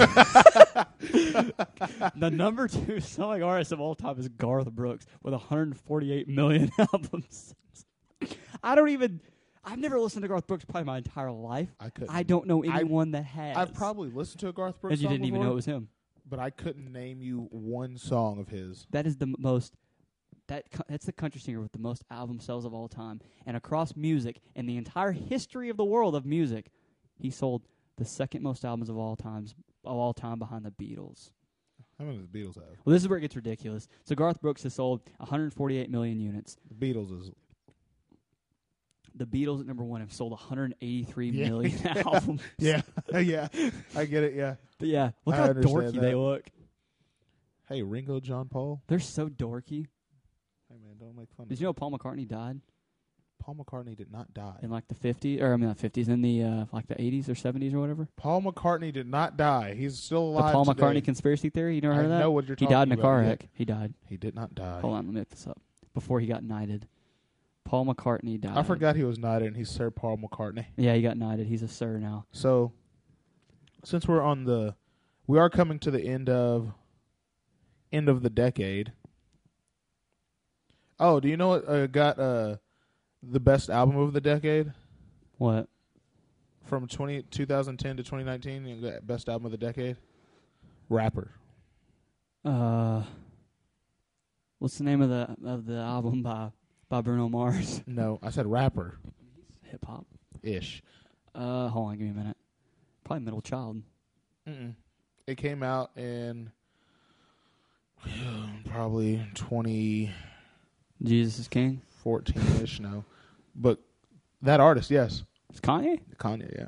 Speaker 1: number two selling artist of all time is Garth Brooks with 148 million <laughs> albums. I don't even. I've never listened to Garth Brooks probably my entire life.
Speaker 2: I couldn't.
Speaker 1: I don't know
Speaker 2: I-
Speaker 1: anyone that has.
Speaker 2: I've probably listened to a Garth Brooks.
Speaker 1: and you
Speaker 2: song
Speaker 1: didn't even
Speaker 2: before,
Speaker 1: know it was him.
Speaker 2: But I couldn't name you one song of his.
Speaker 1: That is the m- most. That co- that's the country singer with the most album sales of all time, and across music and the entire history of the world of music, he sold the second most albums of all times of all time behind the Beatles.
Speaker 2: How many did the Beatles have?
Speaker 1: Well, this is where it gets ridiculous. So Garth Brooks has sold 148 million units.
Speaker 2: The Beatles is
Speaker 1: The Beatles at number one have sold 183
Speaker 2: <laughs> Yeah.
Speaker 1: million albums.
Speaker 2: Yeah, <laughs> yeah, I get it. Yeah.
Speaker 1: But yeah. Look
Speaker 2: I
Speaker 1: how
Speaker 2: understand
Speaker 1: dorky they
Speaker 2: that.
Speaker 1: look.
Speaker 2: Hey, Ringo, John Paul.
Speaker 1: They're so dorky.
Speaker 2: Hey man, don't make fun.
Speaker 1: Did
Speaker 2: of
Speaker 1: you
Speaker 2: me.
Speaker 1: know Paul McCartney died
Speaker 2: Paul McCartney did not die?
Speaker 1: in like the 50s, or I mean not 50s, in the uh, like the 80s or 70s or whatever?
Speaker 2: Paul McCartney did not die. He's still
Speaker 1: The
Speaker 2: alive.
Speaker 1: Paul
Speaker 2: today.
Speaker 1: McCartney conspiracy theory. You never
Speaker 2: I
Speaker 1: heard of that?
Speaker 2: know what you're
Speaker 1: he
Speaker 2: talking
Speaker 1: died in a
Speaker 2: about,
Speaker 1: car
Speaker 2: yeah.
Speaker 1: wreck. He died.
Speaker 2: He did not die.
Speaker 1: Hold on, let me look this up. Before he got knighted, Paul McCartney died.
Speaker 2: I forgot he was knighted, and he's Sir Paul McCartney.
Speaker 1: Yeah, he got knighted. He's a sir now.
Speaker 2: So, since we're on the, we are coming to the end of, end of the decade. Oh, do you know what uh, got uh, the best album of the decade
Speaker 1: What?
Speaker 2: from 20, 2010 to twenty nineteen? You got best album of the decade. Rapper.
Speaker 1: Uh, what's the name of the of the album by by Bruno
Speaker 2: <laughs>
Speaker 1: Mars?
Speaker 2: No, I said rapper
Speaker 1: Hip hop.
Speaker 2: ish.
Speaker 1: Uh, hold on, give me a minute. Probably Middle Child.
Speaker 2: Mm-mm. It came out in <sighs> probably twenty
Speaker 1: Jesus is King.
Speaker 2: fourteen ish. No, but that artist, yes,
Speaker 1: It's Kanye.
Speaker 2: Kanye. Yeah,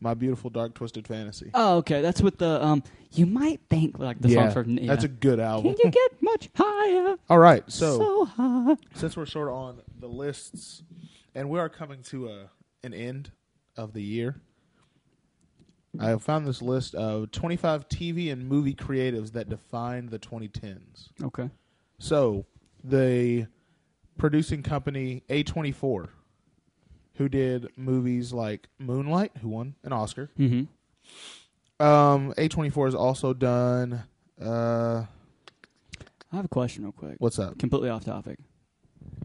Speaker 2: my beautiful dark twisted fantasy.
Speaker 1: Oh, okay. That's what the um. You might think like the
Speaker 2: yeah,
Speaker 1: song for yeah.
Speaker 2: that's a good
Speaker 1: Can
Speaker 2: album.
Speaker 1: you get
Speaker 2: <laughs>
Speaker 1: much higher?
Speaker 2: All right, so,
Speaker 1: high.
Speaker 2: since we're sort of on the lists, and we are coming to a an end of the year. I have found this list of 25 TV and movie creatives that defined the 2010s.
Speaker 1: Okay.
Speaker 2: So the producing company A24, who did movies like Moonlight, who won an Oscar.
Speaker 1: Mm-hmm.
Speaker 2: Um, A24 has also done. Uh,
Speaker 1: I have a question, real quick.
Speaker 2: what's up?
Speaker 1: Completely off topic.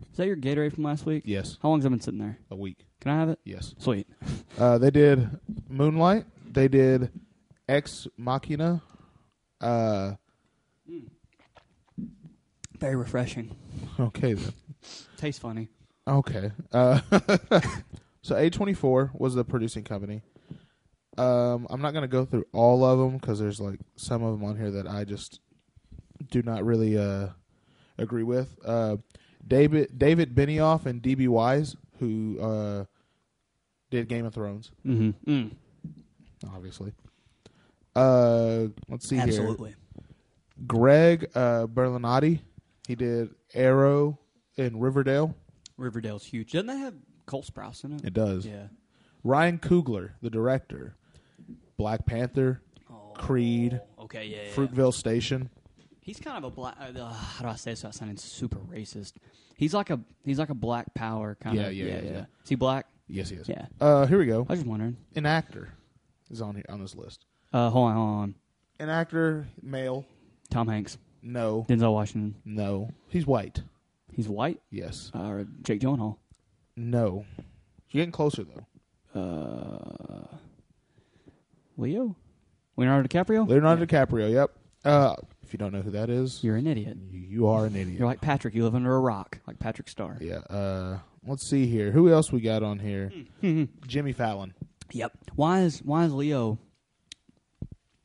Speaker 1: Is that your Gatorade from last week?
Speaker 2: Yes,
Speaker 1: How long's it been sitting there?
Speaker 2: a week.
Speaker 1: Can I have it?
Speaker 2: Yes.
Speaker 1: Sweet.
Speaker 2: Uh, they did Moonlight. They did Ex Machina. Uh,
Speaker 1: Very refreshing.
Speaker 2: okay then.
Speaker 1: Tastes funny.
Speaker 2: Okay. Uh, <laughs> so A24 was the producing company. Um, I'm not going to go through all of them because there's like some of them on here that I just do not really uh, agree with. Uh, David David Benioff and DB Wise, who uh, did Game of Thrones,
Speaker 1: Mm-hmm. Mm.
Speaker 2: obviously. Uh, let's see here.
Speaker 1: Absolutely.
Speaker 2: Greg uh, Berlinotti. He did Arrow in Riverdale.
Speaker 1: Riverdale's huge. Doesn't that have Cole Sprouse in it?
Speaker 2: It does.
Speaker 1: Yeah.
Speaker 2: Ryan Coogler, the director. Black Panther,
Speaker 1: Oh,
Speaker 2: Creed,
Speaker 1: Okay. Yeah. yeah, yeah.
Speaker 2: Fruitville Station.
Speaker 1: He's kind of a black. Uh, uh, how do I say this without sounding super racist? He's like a he's like a black power kind
Speaker 2: Yeah,
Speaker 1: of.
Speaker 2: yeah, yeah, yeah.
Speaker 1: Is he black?
Speaker 2: Yes, he is.
Speaker 1: Yeah.
Speaker 2: Uh, here we go.
Speaker 1: I was just wondering.
Speaker 2: An actor is on here on this list.
Speaker 1: Uh, hold on, hold on.
Speaker 2: An actor, male.
Speaker 1: Tom Hanks,
Speaker 2: No,
Speaker 1: Denzel Washington.
Speaker 2: no. He's white.
Speaker 1: He's white.
Speaker 2: Yes.
Speaker 1: Uh, Jake Gyllenhaal.
Speaker 2: No. You're getting closer though.
Speaker 1: Uh, Leo, Leonardo DiCaprio.
Speaker 2: Leonardo DiCaprio. Yep. Uh, if you don't know who that is,
Speaker 1: You're an idiot.
Speaker 2: you are an idiot.
Speaker 1: You're like Patrick. You live under a rock, like Patrick Starr.
Speaker 2: yeah. Uh, let's see here. Who else we got
Speaker 1: <laughs>
Speaker 2: on here? Jimmy Fallon.
Speaker 1: Yep. Why is why is Leo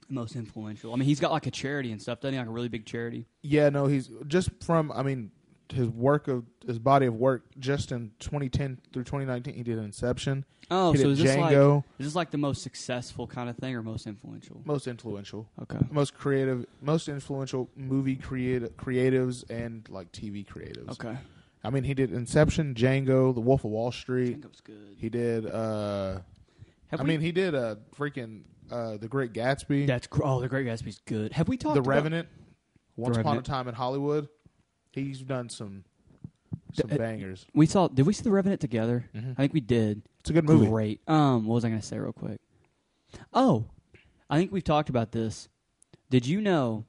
Speaker 1: the most influential? I mean, he's got like a charity and stuff, doesn't he? Like a really big charity.
Speaker 2: Yeah, no, he's just from. I mean, his work of his body of work just in 2010 through 2019, he did Inception.
Speaker 1: Oh,
Speaker 2: He
Speaker 1: so
Speaker 2: did
Speaker 1: is this
Speaker 2: Django.
Speaker 1: like is this like the most successful kind of thing or most influential?
Speaker 2: Most influential,
Speaker 1: Okay.
Speaker 2: most creative, most influential movie creati- creatives and like TV creatives.
Speaker 1: Okay.
Speaker 2: I mean, he did Inception, Django, The Wolf of Wall Street.
Speaker 1: Django's good.
Speaker 2: He did. uh
Speaker 1: Have
Speaker 2: I
Speaker 1: we-
Speaker 2: mean, he did uh, freaking uh, The Great Gatsby,
Speaker 1: that's gr- oh, the Great Gatsby's good. Have we talked
Speaker 2: The
Speaker 1: about-
Speaker 2: Revenant, Once Upon a
Speaker 1: Revenant.
Speaker 2: Time in Hollywood. He's done some some
Speaker 1: Th-
Speaker 2: bangers.
Speaker 1: We saw. Did we see the Revenant together? uh,
Speaker 2: Mhm.
Speaker 1: I think we did.
Speaker 2: It's a good movie.
Speaker 1: Great. Um, what was I going to say real quick? Oh, I think we've talked about this. Did you know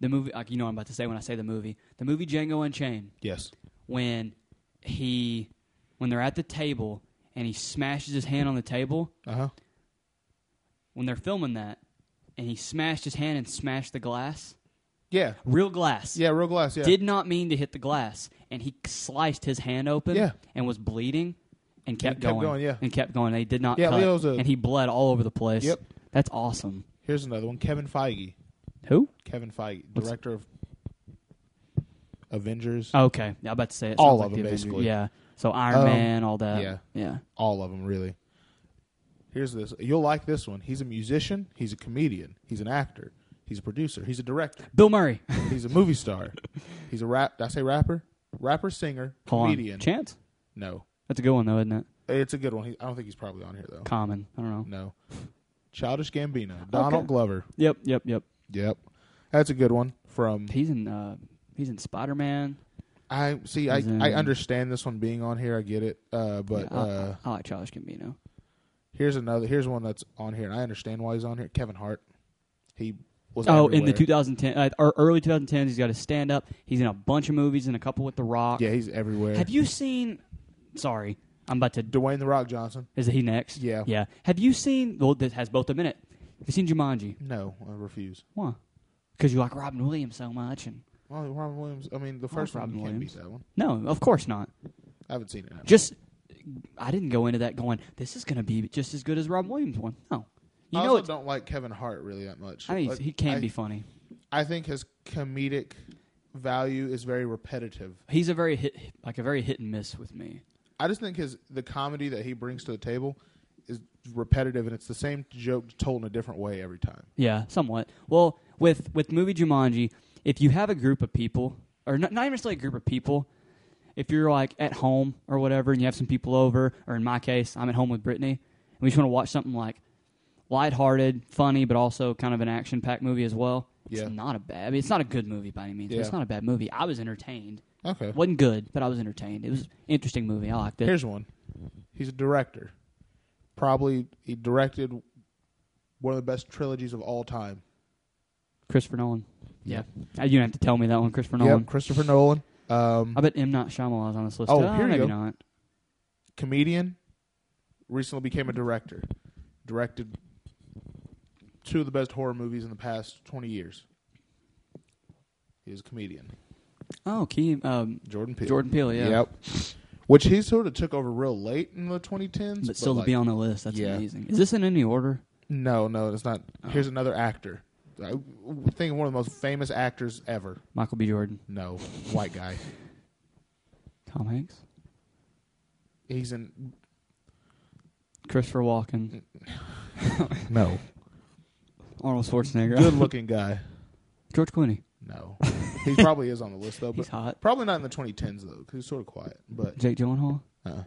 Speaker 1: the movie? Like you know, what I'm about to say when I say the movie, the movie Django Unchained,
Speaker 2: Yes.
Speaker 1: when he, when they're at the table and he smashes his hand on the table
Speaker 2: Uh huh.
Speaker 1: when they're filming that, and he smashed his hand and smashed the glass,
Speaker 2: Yeah.
Speaker 1: real glass.
Speaker 2: Yeah, real glass. Yeah.
Speaker 1: Did not mean to hit the glass, and he sliced his hand open.
Speaker 2: Yeah.
Speaker 1: and was bleeding, and kept,
Speaker 2: kept
Speaker 1: going,
Speaker 2: going, yeah.
Speaker 1: and kept going. They did not.
Speaker 2: Yeah,
Speaker 1: cut,
Speaker 2: Leo's a-
Speaker 1: and he bled all over the place.
Speaker 2: Yep.
Speaker 1: that's awesome.
Speaker 2: Here's another one. Kevin Feige.
Speaker 1: Who?
Speaker 2: Kevin Feige,
Speaker 1: What's- Oh.
Speaker 2: director of Avengers.
Speaker 1: Okay, yeah, I'm about to say it. Sounds
Speaker 2: All
Speaker 1: like
Speaker 2: of
Speaker 1: the
Speaker 2: them,
Speaker 1: Avengers.
Speaker 2: basically.
Speaker 1: Yeah. So Iron
Speaker 2: Um,
Speaker 1: Man, all that.
Speaker 2: yeah.
Speaker 1: yeah.
Speaker 2: All of them, really. Here's this. You'll like this one. He's a musician. He's a comedian. He's an actor. He's a producer. He's a director.
Speaker 1: Bill Murray.
Speaker 2: He's a movie
Speaker 1: <laughs>
Speaker 2: star. He's a rap. Did I say rapper? Rapper, singer,
Speaker 1: Hold on.
Speaker 2: comedian.
Speaker 1: Chance.
Speaker 2: No,
Speaker 1: That's a good one though, isn't it?
Speaker 2: it's a good one. He, I don't think he's probably on here though.
Speaker 1: Common. I don't know.
Speaker 2: No. Childish Gambino. Donald Glover.
Speaker 1: Yep. Yep. Yep.
Speaker 2: Yep, that's a good one from
Speaker 1: He's in. Uh, he's in Spider Man.
Speaker 2: I see. I,
Speaker 1: As in-
Speaker 2: I understand this one being on here. I get it. Uh, but
Speaker 1: I,
Speaker 2: uh,
Speaker 1: I like Childish Gambino.
Speaker 2: here's another. Here's one that's on here, and I understand why he's on here. Kevin Hart. He was.
Speaker 1: Oh, in
Speaker 2: everywhere.
Speaker 1: the 2010 uh, or early 2010s, he's got a stand up. He's in a bunch of movies and a couple with The Rock.
Speaker 2: Yeah, he's everywhere.
Speaker 1: Have you seen? Sorry, I'm about to.
Speaker 2: Dwayne the Rock Johnson.
Speaker 1: Is he next?
Speaker 2: Yeah.
Speaker 1: Yeah. Have you seen? Well, this has both a minute. Have you seen Jumanji?
Speaker 2: No, I refuse.
Speaker 1: Why? Because you like Robin Williams so much, and
Speaker 2: Well, Robin Williams. I mean, the first one
Speaker 1: Robin
Speaker 2: you can't
Speaker 1: Williams.
Speaker 2: beat that one.
Speaker 1: no, of course not.
Speaker 2: I haven't seen it. Now.
Speaker 1: Just, I didn't go into that going. This is going to be just as good as Robin Williams one. No, you
Speaker 2: I
Speaker 1: know
Speaker 2: also
Speaker 1: it's.
Speaker 2: don't like Kevin Hart really that much.
Speaker 1: I mean, he's-
Speaker 2: Like,
Speaker 1: he can
Speaker 2: I-
Speaker 1: be funny.
Speaker 2: I think his comedic value is very repetitive.
Speaker 1: He's a very hit, like a very hit and miss with me.
Speaker 2: I just think his the comedy that he brings to the table is repetitive, and it's the same joke told in a different way every time.
Speaker 1: Yeah, somewhat. Well, with with movie Jumanji, if you have a group of people, or not, not even necessarily a group of people, if you're like at home or whatever, and you have some people over, or in my case, I'm at home with Brittany, and we just want to watch something like lighthearted, funny, but also kind of an action packed movie as well.
Speaker 2: Yeah.
Speaker 1: It's not a bad. I mean, it's not a good movie by any means. But it's
Speaker 2: Yeah.
Speaker 1: not a bad movie. I was entertained.
Speaker 2: Okay.
Speaker 1: wasn't good, but I was entertained. It was an interesting movie. I liked it.
Speaker 2: Here's one. He's a director. Probably he directed one of the best trilogies of all time.
Speaker 1: Christopher Nolan.
Speaker 2: Yeah.
Speaker 1: Uh, you don't have to tell me that one, Christopher Nolan.
Speaker 2: Yep, Christopher Nolan. Um,
Speaker 1: I bet M. Not Shyamalan's on this list.
Speaker 2: Oh,
Speaker 1: Uh,
Speaker 2: here you
Speaker 1: maybe
Speaker 2: go.
Speaker 1: not.
Speaker 2: comedian. Recently became a director. Directed two of the best horror movies in the past 20 years. He's a comedian.
Speaker 1: Oh, Key, um,
Speaker 2: Jordan Peele.
Speaker 1: Jordan Peele, yeah.
Speaker 2: Yep. Which he sort of took over real late in the 2010s.
Speaker 1: But still
Speaker 2: like,
Speaker 1: to be on the list, that's
Speaker 2: yeah.
Speaker 1: amazing. Is this in any order?
Speaker 2: No, no, it's not. Here's another actor. I think one of the most famous actors ever.
Speaker 1: Michael B. Jordan,
Speaker 2: No, white guy.
Speaker 1: Tom Hanks.
Speaker 2: He's in
Speaker 1: Christopher Walken,
Speaker 2: No.
Speaker 1: Arnold Schwarzenegger,
Speaker 2: Good looking guy.
Speaker 1: <laughs> George Clooney.
Speaker 2: No. He probably is on the list though,
Speaker 1: He's
Speaker 2: but
Speaker 1: hot.
Speaker 2: probably not in the 2010s though, because he's sort of quiet. But
Speaker 1: Jake Gyllenhaal,
Speaker 2: uh,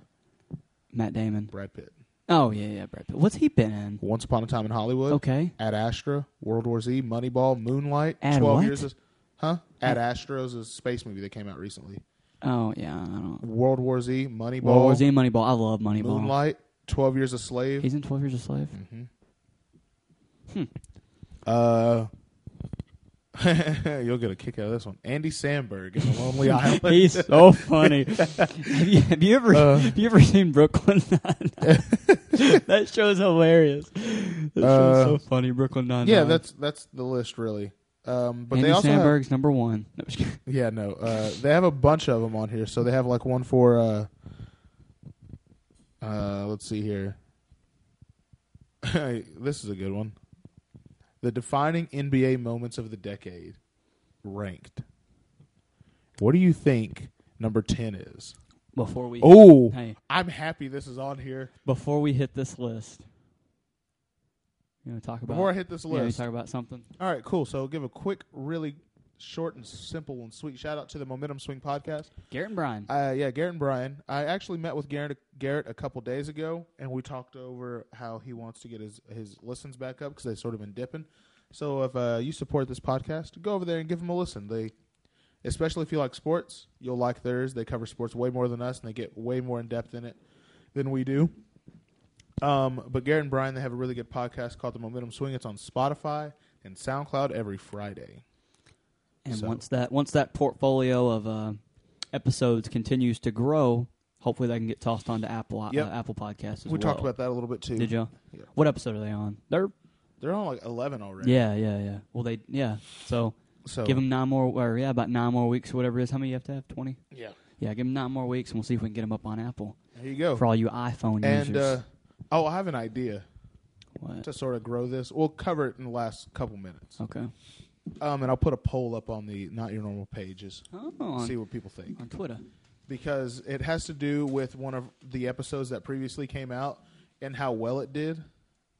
Speaker 1: Matt Damon.
Speaker 2: Brad Pitt.
Speaker 1: Oh yeah, yeah, Brad Pitt. What's he been in?
Speaker 2: Once Upon a Time in Hollywood.
Speaker 1: Okay,
Speaker 2: Ad Astra, World War Z, Moneyball, Moonlight.
Speaker 1: Ad
Speaker 2: Twelve
Speaker 1: what?
Speaker 2: years. Is, huh? Ad Astra is a space movie that came out recently.
Speaker 1: Oh yeah, I don't.
Speaker 2: World War Z, Moneyball,
Speaker 1: World War Z, Moneyball. I love Moneyball.
Speaker 2: Moonlight, Twelve Years a Slave.
Speaker 1: He's in Twelve Years a Slave.
Speaker 2: Mm. Mm-hmm.
Speaker 1: Hmm.
Speaker 2: Uh, <laughs> you'll get a kick out of this one. Andy Sandberg in The Lonely
Speaker 1: <laughs> <laughs>
Speaker 2: Island.
Speaker 1: He's so
Speaker 2: <laughs>
Speaker 1: funny. have, you, have you ever <laughs>
Speaker 2: Uh.
Speaker 1: have you ever seen Brooklyn Nine?
Speaker 2: <laughs>
Speaker 1: <laughs> that show's hilarious. That
Speaker 2: Uh,
Speaker 1: show's so funny. Brooklyn Nine.
Speaker 2: yeah, that's that's the list really. Um, but
Speaker 1: Andy
Speaker 2: they also have-
Speaker 1: Sandberg's number one. No, just kidding. <laughs>
Speaker 2: yeah, no, uh, they have a bunch of them on here. So they have like one for uh, uh, let's see here. <laughs> this is a good one. The defining NBA moments of the decade, ranked. What do you think number ten is?
Speaker 1: Before we
Speaker 2: Oh,
Speaker 1: hey,
Speaker 2: I'm happy this is on here.
Speaker 1: before we hit this list, you want to talk about
Speaker 2: Before I hit this
Speaker 1: yeah, you wanna
Speaker 2: list,
Speaker 1: talk about something.
Speaker 2: All right, cool. So give a quick, really short and simple and sweet shout out to the Momentum Swing podcast.
Speaker 1: Garrett and Brian.
Speaker 2: Uh, yeah, Garrett and Brian. I actually met with Garrett Garrett a couple days ago, and we talked over how he wants to get his his listens back up because they've sort of been dipping. So if uh, you support this podcast, go over there and give them a listen. They, especially if you like sports, you'll like theirs. They cover sports way more than us, and they get way more in depth in it than we do. Um, but Garrett and Brian, they have a really good podcast called The Momentum Swing. It's on Spotify and SoundCloud every Friday.
Speaker 1: And
Speaker 2: So-
Speaker 1: once that once that portfolio of uh, episodes continues to grow, hopefully that can get tossed onto Apple uh,
Speaker 2: Yep.
Speaker 1: Apple Podcasts. As
Speaker 2: we talked
Speaker 1: well.
Speaker 2: about that a little bit too.
Speaker 1: Did you?
Speaker 2: Yeah.
Speaker 1: What episode are they on? They're
Speaker 2: They're on like eleven already.
Speaker 1: yeah, yeah, yeah. Well, they yeah. So
Speaker 2: So
Speaker 1: give them nine more or yeah, about nine more weeks or whatever it is. How many you have to have? Twenty.
Speaker 2: yeah.
Speaker 1: Yeah, give them nine more weeks, and we'll see if we can get them up on Apple
Speaker 2: There you go.
Speaker 1: for all you iPhone
Speaker 2: And
Speaker 1: users.
Speaker 2: uh, oh, I have an idea
Speaker 1: what?
Speaker 2: to sort of grow this. We'll cover it in the last couple minutes,
Speaker 1: Okay.
Speaker 2: um, and I'll put a poll up on the not your normal pages.
Speaker 1: Oh, on,
Speaker 2: See what people think
Speaker 1: on Twitter.
Speaker 2: because it has to do with one of the episodes that previously came out and how well it did,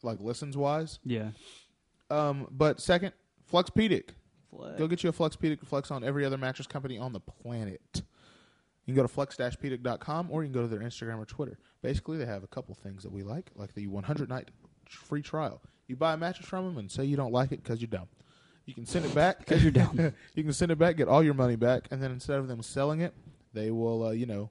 Speaker 2: like listens wise.
Speaker 1: Yeah.
Speaker 2: Um, but second, Fluxpedic.
Speaker 1: Flex.
Speaker 2: Go get you a Fluxpedic Flex on every other mattress company on the planet. You can go to flex-pedic.com or you can go to their Instagram or Twitter. Basically, they have a couple things that we like, like the 100-night free trial. You buy a mattress from them and say you don't like it because you're dumb. You can send it back.
Speaker 1: 'Cause you're dumb.
Speaker 2: <laughs> you can send it back, get all your money back, and then instead of them selling it, they will, uh, you know,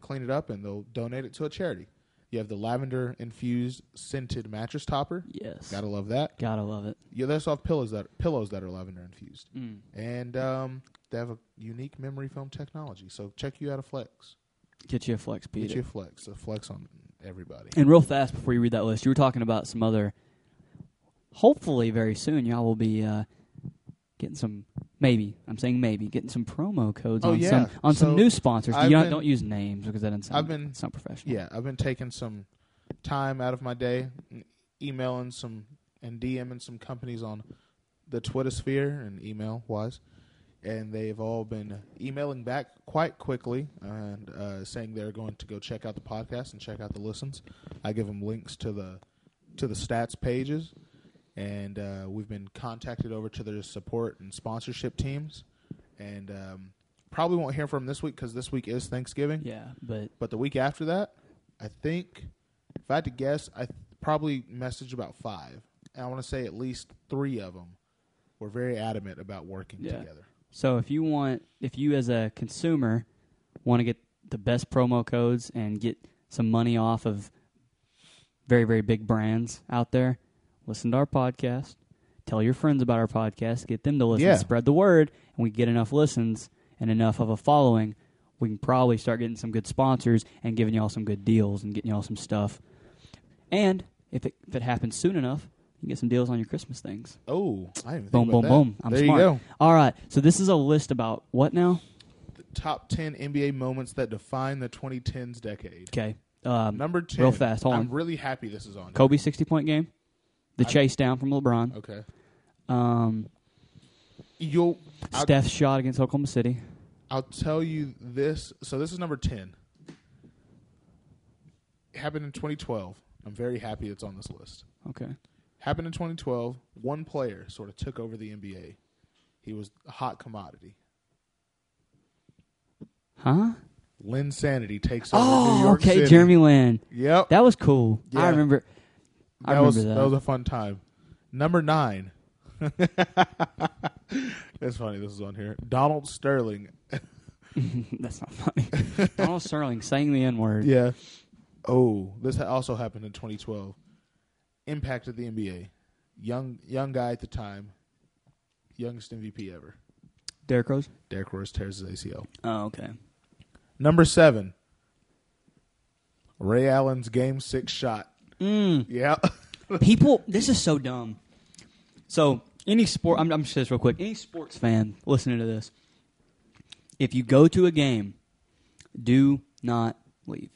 Speaker 2: clean it up and they'll donate it to a charity. You have the lavender-infused scented mattress topper.
Speaker 1: Yes.
Speaker 2: Gotta love that.
Speaker 1: Gotta love it.
Speaker 2: Yeah, they also have pillows that pillows that are lavender infused,
Speaker 1: Mm.
Speaker 2: and um, they have a unique memory foam technology. So check you out a flex.
Speaker 1: Get you a flex
Speaker 2: Get
Speaker 1: beat.
Speaker 2: you a flex, a flex on everybody.
Speaker 1: And real fast before you read that list, you were talking about some other. Hopefully, very soon, y'all will be uh, getting some. Maybe I'm saying maybe getting some promo codes
Speaker 2: Oh,
Speaker 1: on
Speaker 2: yeah.
Speaker 1: some on some
Speaker 2: So,
Speaker 1: new sponsors.
Speaker 2: I've
Speaker 1: You don't,
Speaker 2: been-
Speaker 1: don't use names because that doesn't sound.
Speaker 2: I've been-
Speaker 1: it's not professional.
Speaker 2: Yeah, I've been taking some time out of my day, and emailing some and DMing some companies on the Twitter sphere and email wise, and they've all been emailing back quite quickly and uh, saying they're going to go check out the podcast and check out the listens. I give them links to the to the stats pages, and uh, we've been contacted over to their support and sponsorship teams, and um, probably won't hear from 'em this week because this week is Thanksgiving.
Speaker 1: yeah, but
Speaker 2: But the week after that, I think, if I had to guess, I th- probably messaged about five. And I want to say at least three of them were very adamant about working
Speaker 1: Yeah.
Speaker 2: together.
Speaker 1: so if you want, if you as a consumer want to get the best promo codes and get some money off of very very big brands out there, listen to our podcast. Tell your friends about our podcast. Get them to listen.
Speaker 2: Yeah.
Speaker 1: Spread the word, and we get enough listens and enough of a following. We can probably start getting some good sponsors and giving y'all some good deals and getting y'all some stuff. And if it if it happens soon enough, you can get some deals on your Christmas things.
Speaker 2: Oh, I didn't even
Speaker 1: Boom,
Speaker 2: think
Speaker 1: boom,
Speaker 2: about that.
Speaker 1: boom. I'm
Speaker 2: there
Speaker 1: smart.
Speaker 2: you go.
Speaker 1: All right. So this is a list about what now?
Speaker 2: The top 10 NBA moments that define the 2010s decade.
Speaker 1: Okay. Um,
Speaker 2: Number 10.
Speaker 1: Real fast. Hold
Speaker 2: I'm
Speaker 1: on.
Speaker 2: really happy this is on.
Speaker 1: Kobe 60 point game. The chase down from LeBron.
Speaker 2: Okay. Oh.
Speaker 1: Um,
Speaker 2: You'll, I'll,
Speaker 1: Steph's shot against Oklahoma City.
Speaker 2: I'll tell you this. So this is number 10. happened in 2012. I'm very happy it's on this list.
Speaker 1: Okay.
Speaker 2: Happened in 2012. One player sort of took over the NBA. He was a hot commodity.
Speaker 1: Huh?
Speaker 2: Lynn Sanity takes over New
Speaker 1: Oh,
Speaker 2: York
Speaker 1: okay.
Speaker 2: City.
Speaker 1: Jeremy Lin.
Speaker 2: Yep.
Speaker 1: That was cool. I
Speaker 2: Yeah.
Speaker 1: remember. I
Speaker 2: was
Speaker 1: remember
Speaker 2: was a fun time. Number nine. <laughs> That's funny. This is on here. Donald Sterling.
Speaker 1: <laughs> That's not
Speaker 2: <laughs>
Speaker 1: funny. Donald Sterling saying the N word.
Speaker 2: Yeah. Oh, this ha- also happened in 2012. Impacted the NBA. Young young guy at the time. Youngest MVP ever.
Speaker 1: Derrick Rose.
Speaker 2: Derrick Rose tears his ACL.
Speaker 1: Oh, okay.
Speaker 2: Number seven. Ray Allen's game six shot.
Speaker 1: Mm.
Speaker 2: Yeah. <laughs>
Speaker 1: People, this is so dumb. So, any sport, I'm, I'm just this real quick. Any sports fan listening to this, if you go to a game, do not leave.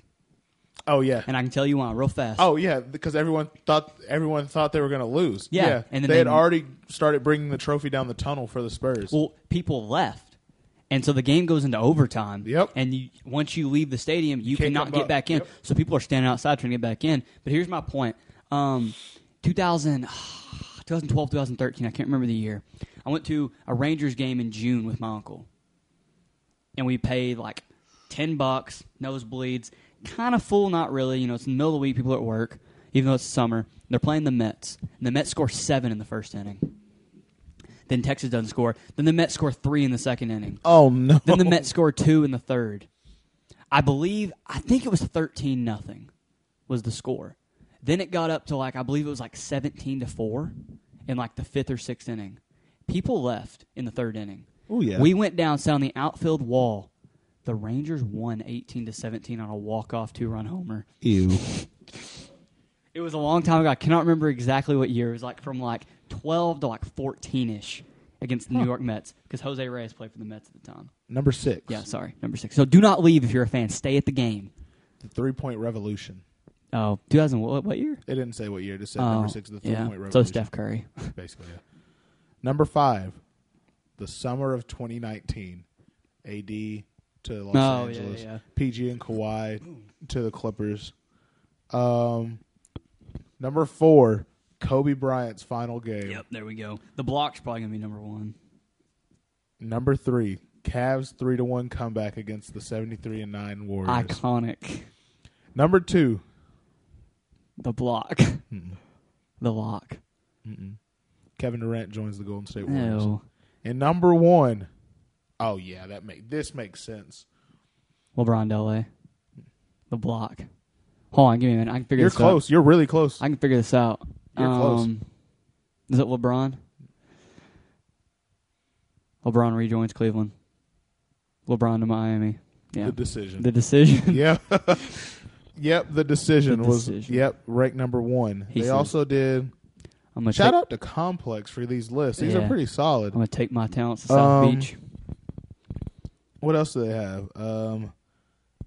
Speaker 2: oh yeah.
Speaker 1: And I can tell you why, real fast.
Speaker 2: Oh yeah, because everyone thought everyone thought they were going to lose.
Speaker 1: Yeah, and then
Speaker 2: they had
Speaker 1: they-
Speaker 2: already started bringing the trophy down the tunnel for the Spurs.
Speaker 1: Well, people left. And so the game goes into overtime.
Speaker 2: Yep.
Speaker 1: And you, once you leave the stadium, you
Speaker 2: Can't
Speaker 1: cannot
Speaker 2: come
Speaker 1: get
Speaker 2: up.
Speaker 1: back in.
Speaker 2: Yep.
Speaker 1: So people are standing outside trying to get back in. But here's my point. Um, <sighs> 2000, 2012, 2013, I can't remember the year. I went to a Rangers game in June with my uncle. And we paid like 10 bucks, nosebleeds. Kind of full, not really. You know, it's the middle of the week, people are at work, even though it's summer. They're playing the Mets. And the Mets score seven in the first inning. Then Texas doesn't score. Then the Mets score three in the second inning.
Speaker 2: oh no!
Speaker 1: Then the
Speaker 2: <laughs>
Speaker 1: Mets score two in the third. I believe I think it was thirteen nothing was the score. Then it got up to like I believe it was like seventeen to four in like the fifth or sixth inning. People left in the third inning.
Speaker 2: Oh, yeah.
Speaker 1: We went down sat on the outfield wall. The Rangers won eighteen to seventeen on a walk off two run homer.
Speaker 2: Ew.
Speaker 1: It was a long time ago. I cannot remember exactly what year. It was like from like 12 to like 14 ish against the New York Mets because Jose Reyes played for the Mets at the time.
Speaker 2: Number six.
Speaker 1: Yeah, sorry. Number six. So do not leave if you're a fan. Stay at the game.
Speaker 2: The three point revolution.
Speaker 1: Oh, 2000, what, what year?
Speaker 2: It didn't say what year. It just said
Speaker 1: Oh,
Speaker 2: number six of the three
Speaker 1: yeah.
Speaker 2: point revolution.
Speaker 1: So Steph Curry.
Speaker 2: Basically, yeah. Number five. The summer of 2019. AD to Los
Speaker 1: Oh, yeah,
Speaker 2: Angeles.
Speaker 1: yeah.
Speaker 2: PG and Kawhi to the Clippers. Um, number four. Kobe Bryant's final game.
Speaker 1: Yep, there we go. The block's probably going to be number one.
Speaker 2: Number three, Cavs three to one comeback against the seventy three and nine Warriors.
Speaker 1: Iconic.
Speaker 2: Number two,
Speaker 1: The block.
Speaker 2: Hmm.
Speaker 1: The lock.
Speaker 2: Kevin Durant joins the Golden State Warriors.
Speaker 1: Ew.
Speaker 2: And number one, oh yeah, that make this makes sense.
Speaker 1: LeBron Dele. The block. Hold on, give me a minute. I can figure
Speaker 2: You're
Speaker 1: this out.
Speaker 2: close. You're really close.
Speaker 1: I can figure this out. Um,
Speaker 2: You're close.
Speaker 1: Is it LeBron? LeBron rejoins Cleveland. LeBron to Miami. Yeah. The,
Speaker 2: The decision.
Speaker 1: decision.
Speaker 2: yeah. <laughs> yep. The decision
Speaker 1: The
Speaker 2: was
Speaker 1: decision.
Speaker 2: yep ranked number one.
Speaker 1: He
Speaker 2: they
Speaker 1: said-
Speaker 2: also did.
Speaker 1: I'm gonna
Speaker 2: Shout
Speaker 1: take,
Speaker 2: out to Complex for these lists. These
Speaker 1: Yeah.
Speaker 2: are pretty solid.
Speaker 1: I'm gonna take my talents to South
Speaker 2: Um,
Speaker 1: Beach.
Speaker 2: What else do they have? Um,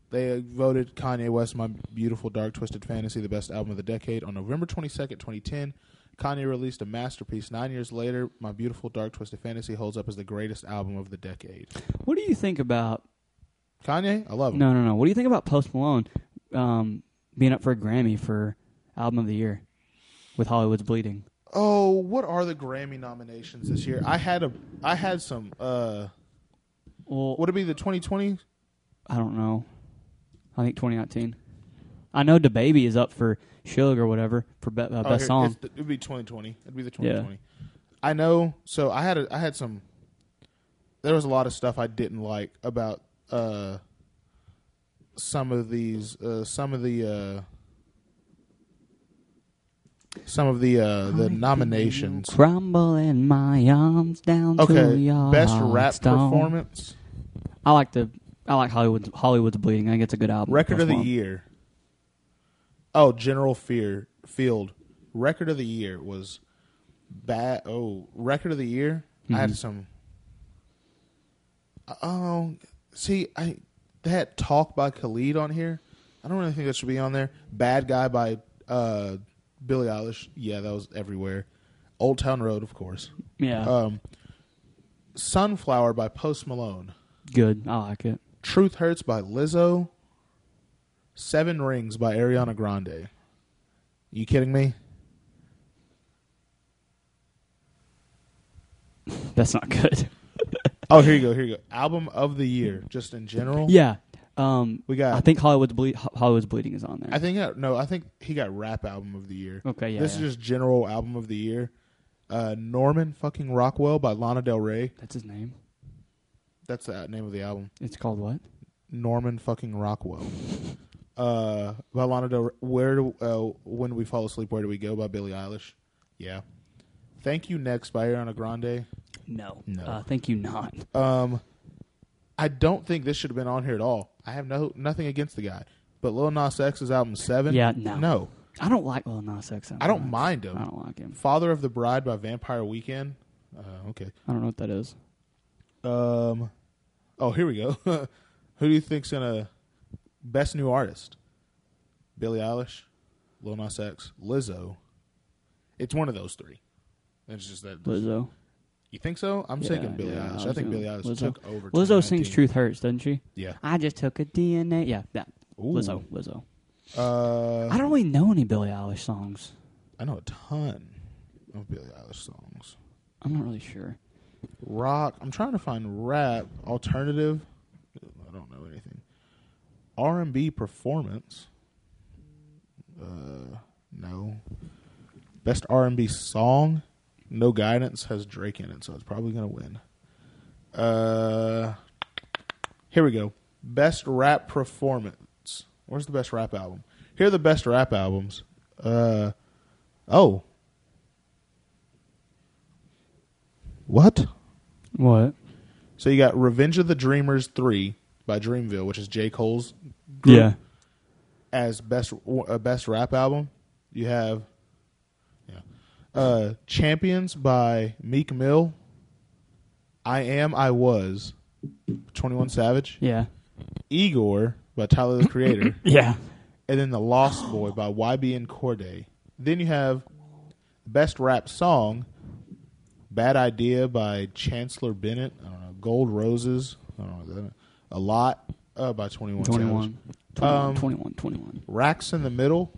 Speaker 2: they voted Kanye West "My Beautiful Dark Twisted Fantasy" the best album of the decade on November twenty second, twenty ten. Kanye released a masterpiece nine years later. "My Beautiful Dark Twisted Fantasy" holds up as the greatest album of the decade.
Speaker 1: What do you think about?
Speaker 2: Kanye, I love him.
Speaker 1: No, no, no. What do you think about Post Malone um, being up for a Grammy for album of the year with Hollywood's Bleeding?
Speaker 2: Oh, what are the Grammy nominations this year? I had a, I had some. Uh,
Speaker 1: Well,
Speaker 2: would it be the twenty twenty?
Speaker 1: I don't know. I think 2019. I know the baby is up for Sugar or whatever for be- uh, best song.
Speaker 2: It would be twenty twenty. It'd be the
Speaker 1: Yeah.
Speaker 2: twenty twenty. I know. So I had a, I had some. There was a lot of stuff I didn't like about uh, some of these uh, some of the uh, some of the uh, the nominations.
Speaker 1: Crumble in my arms down to
Speaker 2: Okay,
Speaker 1: your
Speaker 2: best rap
Speaker 1: heartstone.
Speaker 2: performance,
Speaker 1: I like the I like Hollywood's Hollywood's bleeding. I think it's a good album.
Speaker 2: record of the
Speaker 1: Post Malone.
Speaker 2: year. Oh, General Fear Field record of the year was bad. Oh, record of the year. I had some. Oh, see, I that talk by Khalid on here. I don't really think that should be on there. Bad guy by uh, Billie Eilish. Yeah, that was everywhere. Old Town Road, of course.
Speaker 1: Yeah,
Speaker 2: Um, Sunflower by Post Malone.
Speaker 1: good. I like it.
Speaker 2: Truth Hurts by Lizzo. Seven Rings by Ariana Grande. You kidding me?
Speaker 1: That's not good. <laughs>
Speaker 2: Oh, here you go. Here you go. Album of the year, just in general.
Speaker 1: yeah. Um,
Speaker 2: We got-
Speaker 1: I think Hollywood's, ble- Ho- Hollywood's bleeding is on there.
Speaker 2: I think no. I think he got rap album of the year.
Speaker 1: okay. Yeah.
Speaker 2: this
Speaker 1: yeah.
Speaker 2: is just general album of the year. Uh, Norman fucking Rockwell by Lana Del Rey.
Speaker 1: That's his name.
Speaker 2: That's the name of the album.
Speaker 1: It's called what?
Speaker 2: Norman fucking Rockwell. Uh, by Lana Del Rey. Where do, uh, when we fall asleep, where do we go? By Billie Eilish. Yeah. Thank you next by Ariana Grande.
Speaker 1: No.
Speaker 2: No.
Speaker 1: Uh, thank you. Not.
Speaker 2: Um, I don't think this should have been on here at all. I have no nothing against the guy, but Lil Nas X's album Seven.
Speaker 1: Yeah, no.
Speaker 2: no,
Speaker 1: I don't like Lil Nas X.
Speaker 2: I don't
Speaker 1: much.
Speaker 2: mind him.
Speaker 1: I don't like him.
Speaker 2: Father of the Bride by Vampire Weekend. Uh, okay.
Speaker 1: I don't know what that is.
Speaker 2: Um, oh, here we go. <laughs> Who do you think's gonna best new artist? Billie Eilish, Lil Nas X, Lizzo. It's one of those three. It's just that
Speaker 1: Lizzo.
Speaker 2: you think so. I'm
Speaker 1: Yeah,
Speaker 2: thinking Billie
Speaker 1: yeah, I
Speaker 2: Eilish. I,
Speaker 1: was
Speaker 2: think
Speaker 1: gonna-
Speaker 2: Billie Eilish
Speaker 1: Lizzo.
Speaker 2: took over.
Speaker 1: Lizzo sings
Speaker 2: 2019.
Speaker 1: "Truth Hurts," doesn't she?
Speaker 2: Yeah.
Speaker 1: I just took a DNA. Yeah, that.
Speaker 2: Ooh. Uh-huh.
Speaker 1: Lizzo. Lizzo.
Speaker 2: Uh,
Speaker 1: I don't really know any Billie Eilish songs.
Speaker 2: I know a ton of Billie Eilish songs.
Speaker 1: I'm not really sure.
Speaker 2: Rock. I'm trying to find rap alternative. I don't know anything. R and B performance. Uh, no. Best R and B song. No guidance has Drake in it, so it's probably gonna win. Uh, here we go. Best rap performance. Where's the best rap album? Here are the best rap albums. Uh, oh. What?
Speaker 1: What?
Speaker 2: So you got Revenge of the Dreamers 3 by Dreamville, which is J. Cole's group,
Speaker 1: Yeah.
Speaker 2: as best uh, best rap album. You have yeah. uh, Champions by Meek Mill, I Am I Was, 21 Savage,
Speaker 1: Yeah.
Speaker 2: Igor by Tyler the Creator,
Speaker 1: Yeah.
Speaker 2: and then The Lost Boy by YB and Corday. Then you have Best Rap Song, Bad Idea by Chancellor Bennett. I don't know. Gold Roses. I don't know. what that is. A Lot uh, by 21.
Speaker 1: 21.
Speaker 2: Savage.
Speaker 1: 21,
Speaker 2: Um,
Speaker 1: 21. 21.
Speaker 2: Racks in the Middle.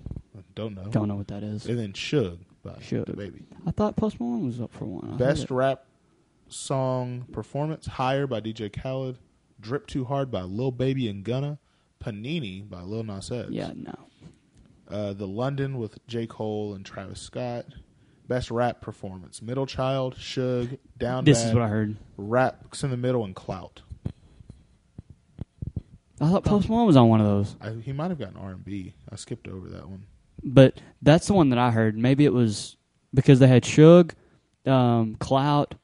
Speaker 2: Don't know.
Speaker 1: Don't know what that is.
Speaker 2: And then Shug by
Speaker 1: Shug.
Speaker 2: The Baby.
Speaker 1: I thought Post Malone was up for one. I
Speaker 2: Best
Speaker 1: heard it.
Speaker 2: Rap Song Performance, Higher by DJ Khaled. Drip Too Hard by Lil Baby and Gunna. Panini by Lil Nas X.
Speaker 1: Yeah. No.
Speaker 2: uh, The London with J. Cole and Travis Scott. Best rap performance: Middle Child, Suge, Down
Speaker 1: This
Speaker 2: Bad,
Speaker 1: is what I heard.
Speaker 2: Raps in the Middle, and Clout.
Speaker 1: I thought Post Malone was on one of those,
Speaker 2: I, he might have gotten R and B. I skipped over that one.
Speaker 1: but that's the one that I heard. Maybe it was because they had Suge, um, Clout,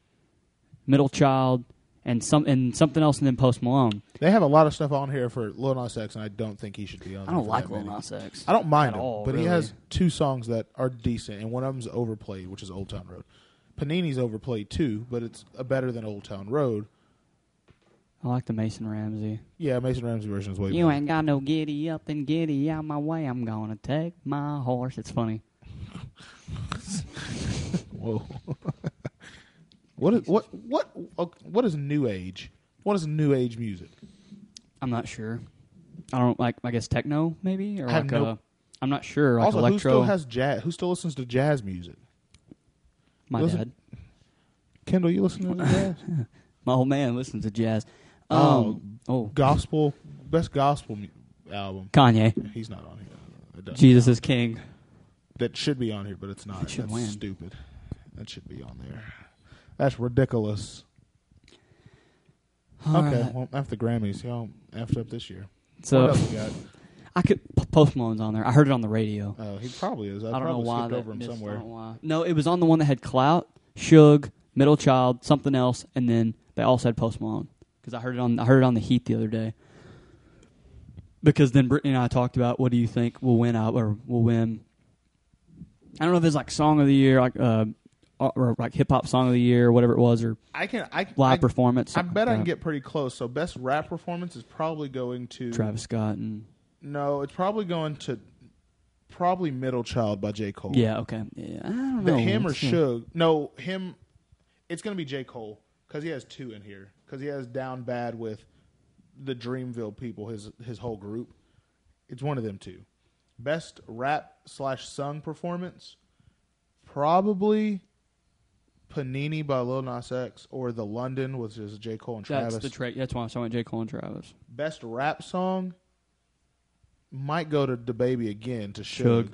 Speaker 1: Middle Child, and some and something else, and then Post Malone.
Speaker 2: They have a lot of stuff on here for Lil Nas X, and I don't think he should be on.
Speaker 1: I
Speaker 2: there
Speaker 1: don't
Speaker 2: for
Speaker 1: like
Speaker 2: that
Speaker 1: Lil
Speaker 2: many.
Speaker 1: Nas X.
Speaker 2: I don't mind
Speaker 1: at
Speaker 2: him,
Speaker 1: all,
Speaker 2: but he
Speaker 1: really.
Speaker 2: has two songs that are decent, and one of them's overplayed, which is Old Town Road. Panini's overplayed too, but it's uh, better than Old Town Road.
Speaker 1: I like the Mason Ramsey.
Speaker 2: Yeah, Mason Ramsey version is way
Speaker 1: You
Speaker 2: better.
Speaker 1: ain't got no giddy up and giddy out my way. I'm gonna take my horse. It's funny.
Speaker 2: Whoa. <laughs> what is what what ok- what is new age? What is new age music?
Speaker 1: I'm not sure. I don't like. I guess techno maybe or
Speaker 2: I have
Speaker 1: like
Speaker 2: no-
Speaker 1: uh, I'm not sure. Like
Speaker 2: also, who
Speaker 1: electro.
Speaker 2: still has jazz? Who still listens to jazz music?
Speaker 1: my
Speaker 2: listen-
Speaker 1: dad,
Speaker 2: Kendall, you listen to
Speaker 1: <laughs>
Speaker 2: jazz?
Speaker 1: my old man, listens to jazz.
Speaker 2: Oh.
Speaker 1: Um, oh,
Speaker 2: gospel, best gospel mu- album.
Speaker 1: Kanye.
Speaker 2: He's not on here. It doesn't-
Speaker 1: Jesus is king.
Speaker 2: That should be on here, but it's not.
Speaker 1: It should
Speaker 2: That's
Speaker 1: win.
Speaker 2: stupid. That should be on there. That's ridiculous.
Speaker 1: All
Speaker 2: okay,
Speaker 1: right.
Speaker 2: well, after the Grammys, y'all effed up this year. what
Speaker 1: So
Speaker 2: else we got?
Speaker 1: I could P- Post Malone's on there. I heard it on the radio.
Speaker 2: Oh, he probably is. I,
Speaker 1: I don't know
Speaker 2: probably
Speaker 1: why.
Speaker 2: skipped
Speaker 1: that
Speaker 2: over him
Speaker 1: missed- I
Speaker 2: somewhere.
Speaker 1: don't know why. No, it was on the one that had Clout, Suge, Middle Child, something else, and then they also had Post Malone. Because I heard it on I heard it on the Heat the other day. Because then Brittany and I talked about what do you think will win out or will win. I don't know if it's like song of the year, like uh, or- or like hip hop song of the year, or whatever it was, or
Speaker 2: I can. I
Speaker 1: live
Speaker 2: I,
Speaker 1: performance.
Speaker 2: I bet
Speaker 1: something
Speaker 2: I can
Speaker 1: like
Speaker 2: get pretty close. So best rap performance is probably going to
Speaker 1: that. Travis Scott and
Speaker 2: No, it's probably going to probably Middle Child by J Cole.
Speaker 1: yeah, okay, yeah, I don't
Speaker 2: the
Speaker 1: know
Speaker 2: him or
Speaker 1: It's, uh,
Speaker 2: Suge? No, him. It's going to be J Cole because he has two in here because he has Down Bad with the Dreamville people, his his whole group, It's one of them two. Best rap slash sung performance, probably Panini by Lil Nas X or The London, which is J Cole and Travis.
Speaker 1: That's the tra- That's why I'm talking about J. Cole and Travis.
Speaker 2: Best rap song might go to the baby again to Suge.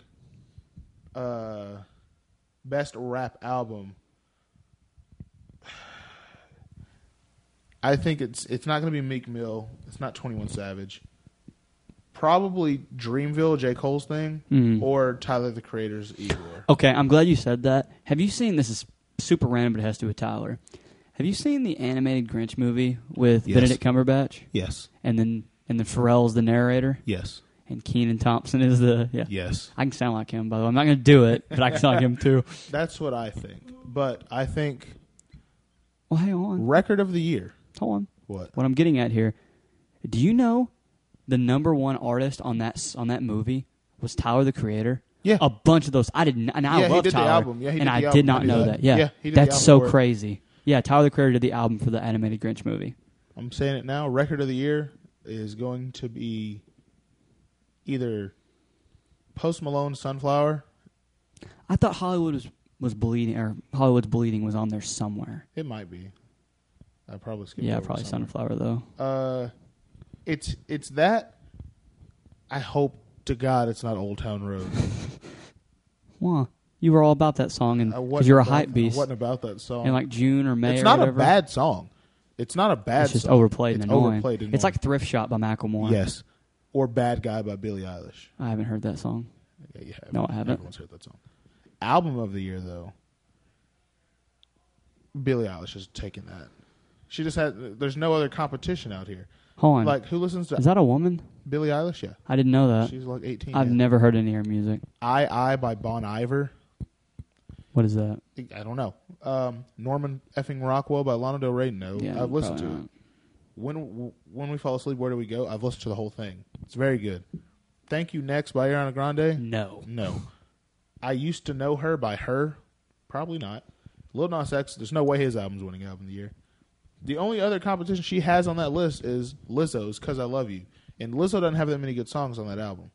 Speaker 1: Suge.
Speaker 2: Uh, best rap album. I think it's it's not going to be Meek Mill. It's not Twenty One Savage. Probably Dreamville, J Cole's thing,
Speaker 1: Mhm.
Speaker 2: or Tyler the Creator's Igor.
Speaker 1: Okay, I'm glad you said that. Have you seen this? Is super random, but it has to do with Tyler. Have you seen the animated Grinch movie with
Speaker 2: Yes.
Speaker 1: Benedict Cumberbatch
Speaker 2: Yes,
Speaker 1: and then and then Pharrell's the narrator
Speaker 2: yes,
Speaker 1: and Keenan Thompson is the yeah.
Speaker 2: yes.
Speaker 1: I can sound like him by the way. I'm not gonna do it, but I can sound like him
Speaker 2: <laughs>
Speaker 1: too.
Speaker 2: That's what I think. But I think
Speaker 1: Well, hang on,
Speaker 2: record of the year.
Speaker 1: hold on.
Speaker 2: What?
Speaker 1: What I'm getting at here, do you know the number one artist on that s- on that movie was Tyler the Creator?
Speaker 2: Yeah.
Speaker 1: a bunch of those. I didn't, and I
Speaker 2: Yeah, he
Speaker 1: love
Speaker 2: did the
Speaker 1: Tyler,
Speaker 2: album. Yeah,
Speaker 1: and
Speaker 2: he did the
Speaker 1: I
Speaker 2: album.
Speaker 1: did
Speaker 2: I
Speaker 1: not
Speaker 2: knew
Speaker 1: know
Speaker 2: that.
Speaker 1: that. Yeah,
Speaker 2: Yeah, he did the
Speaker 1: that's
Speaker 2: album
Speaker 1: so
Speaker 2: for it.
Speaker 1: crazy. Yeah, Tyler the Creator did the album for the animated Grinch movie.
Speaker 2: I'm saying it now. Record of the year is going to be either Post Malone Sunflower.
Speaker 1: I thought Hollywood was was bleeding, or Hollywood's bleeding was on there somewhere.
Speaker 2: It might be. I probably skipped.
Speaker 1: Yeah,
Speaker 2: over
Speaker 1: probably
Speaker 2: something.
Speaker 1: Sunflower though.
Speaker 2: Uh, it's it's that. I hope to God it's not Old
Speaker 1: <laughs>
Speaker 2: Town Road.
Speaker 1: Wow, you were all about that song, and
Speaker 2: I
Speaker 1: because
Speaker 2: wasn't
Speaker 1: you're a
Speaker 2: about-
Speaker 1: hype beast
Speaker 2: I wasn't about that song.
Speaker 1: in like June or May.
Speaker 2: it's
Speaker 1: or
Speaker 2: not a
Speaker 1: whatever.
Speaker 2: bad song. It's not a bad.
Speaker 1: It's just
Speaker 2: song.
Speaker 1: overplayed
Speaker 2: It's
Speaker 1: and annoying.
Speaker 2: overplayed and
Speaker 1: It's
Speaker 2: annoying.
Speaker 1: like Thrift Shop by Macklemore.
Speaker 2: yes, or Bad Guy by Billie Eilish.
Speaker 1: I haven't heard that song.
Speaker 2: Yeah, you have.
Speaker 1: No, I haven't.
Speaker 2: Everyone's heard that song. Album of the year, though. Billie Eilish has taken that. She just had. There's no other competition out here.
Speaker 1: Hold on,
Speaker 2: Like who listens to
Speaker 1: is that a woman?
Speaker 2: Billie Eilish? Yeah,
Speaker 1: I didn't know that.
Speaker 2: she's like 18.
Speaker 1: I've
Speaker 2: yeah.
Speaker 1: never heard any of her music.
Speaker 2: I I by Bon Iver.
Speaker 1: What is that?
Speaker 2: I don't know. Um, Norman effing Rockwell by Lana Del Rey. No, I've listened to
Speaker 1: probably
Speaker 2: it.
Speaker 1: not.
Speaker 2: When when we fall asleep, where do we go? I've listened to the whole thing. It's very good. Thank you next by Ariana Grande.
Speaker 1: No.
Speaker 2: No. I used to know her by her. Probably not. Lil Nas X, there's no way his album's winning album of the year. The only other competition she has on that list is Lizzo's Cause I Love You. And Lizzo doesn't have that many good songs on that album.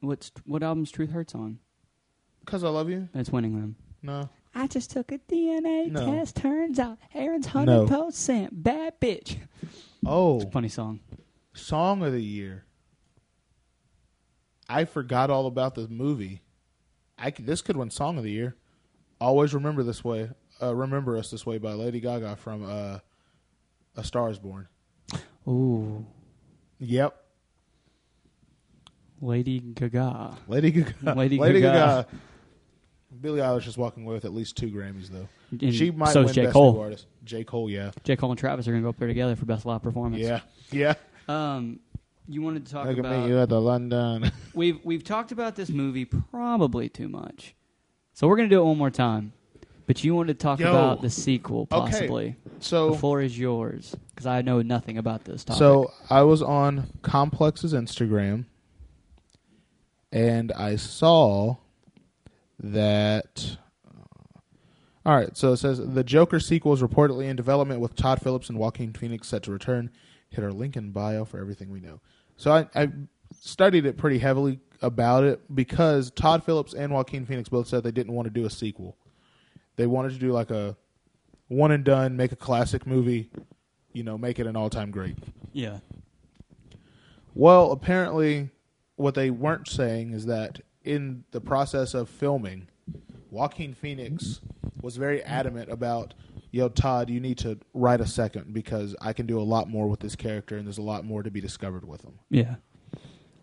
Speaker 1: What's what album's Truth Hurts on?
Speaker 2: Cause I Love You?
Speaker 1: It's winning them.
Speaker 2: No.
Speaker 1: I just took a DNA
Speaker 2: No.
Speaker 1: test. Turns out Aaron's
Speaker 2: No.
Speaker 1: hundred percent bad bitch.
Speaker 2: Oh,
Speaker 1: Funny song.
Speaker 2: Song of the Year. I forgot all about this movie. I could, this could win Song of the Year. Always remember this way. Uh, remember us this way by Lady Gaga from uh, A Star Is Born.
Speaker 1: Ooh,
Speaker 2: Yep.
Speaker 1: Lady Gaga. <laughs>
Speaker 2: Lady Gaga.
Speaker 1: Lady
Speaker 2: Gaga.
Speaker 1: Gaga.
Speaker 2: Billie Eilish is walking away with at least two Grammys, though.
Speaker 1: And
Speaker 2: she might
Speaker 1: so is
Speaker 2: win
Speaker 1: J.
Speaker 2: Best
Speaker 1: Cole.
Speaker 2: New Artist. J. Cole, yeah,
Speaker 1: J Cole and Travis are gonna go up there together for best live performance.
Speaker 2: yeah, yeah.
Speaker 1: Um, you wanted to talk
Speaker 2: Look at
Speaker 1: about
Speaker 2: me, you at the London. <laughs>
Speaker 1: we've we've talked about this movie probably too much, so we're gonna do it one more time. But you wanted to talk
Speaker 2: Yo.
Speaker 1: about the sequel
Speaker 2: Okay.
Speaker 1: possibly. The
Speaker 2: so,
Speaker 1: floor is yours because I know nothing about this topic.
Speaker 2: so I was on Complex's Instagram, and I saw that. uh, All right, so it says the Joker sequel is reportedly in development with Todd Phillips and Joaquin Phoenix set to return. Hit our link in bio for everything we know. So I, I studied it pretty heavily about it because Todd Phillips and Joaquin Phoenix both said they didn't want to do a sequel. They wanted to do like a one and done, make a classic movie, you know, make it an all time great.
Speaker 1: yeah,
Speaker 2: Well, apparently, what they weren't saying is that in the process of filming, Joaquin Phoenix was very adamant about, yo, Todd, you need to write a second because I can do a lot more with this character and there's a lot more to be discovered with him.
Speaker 1: yeah,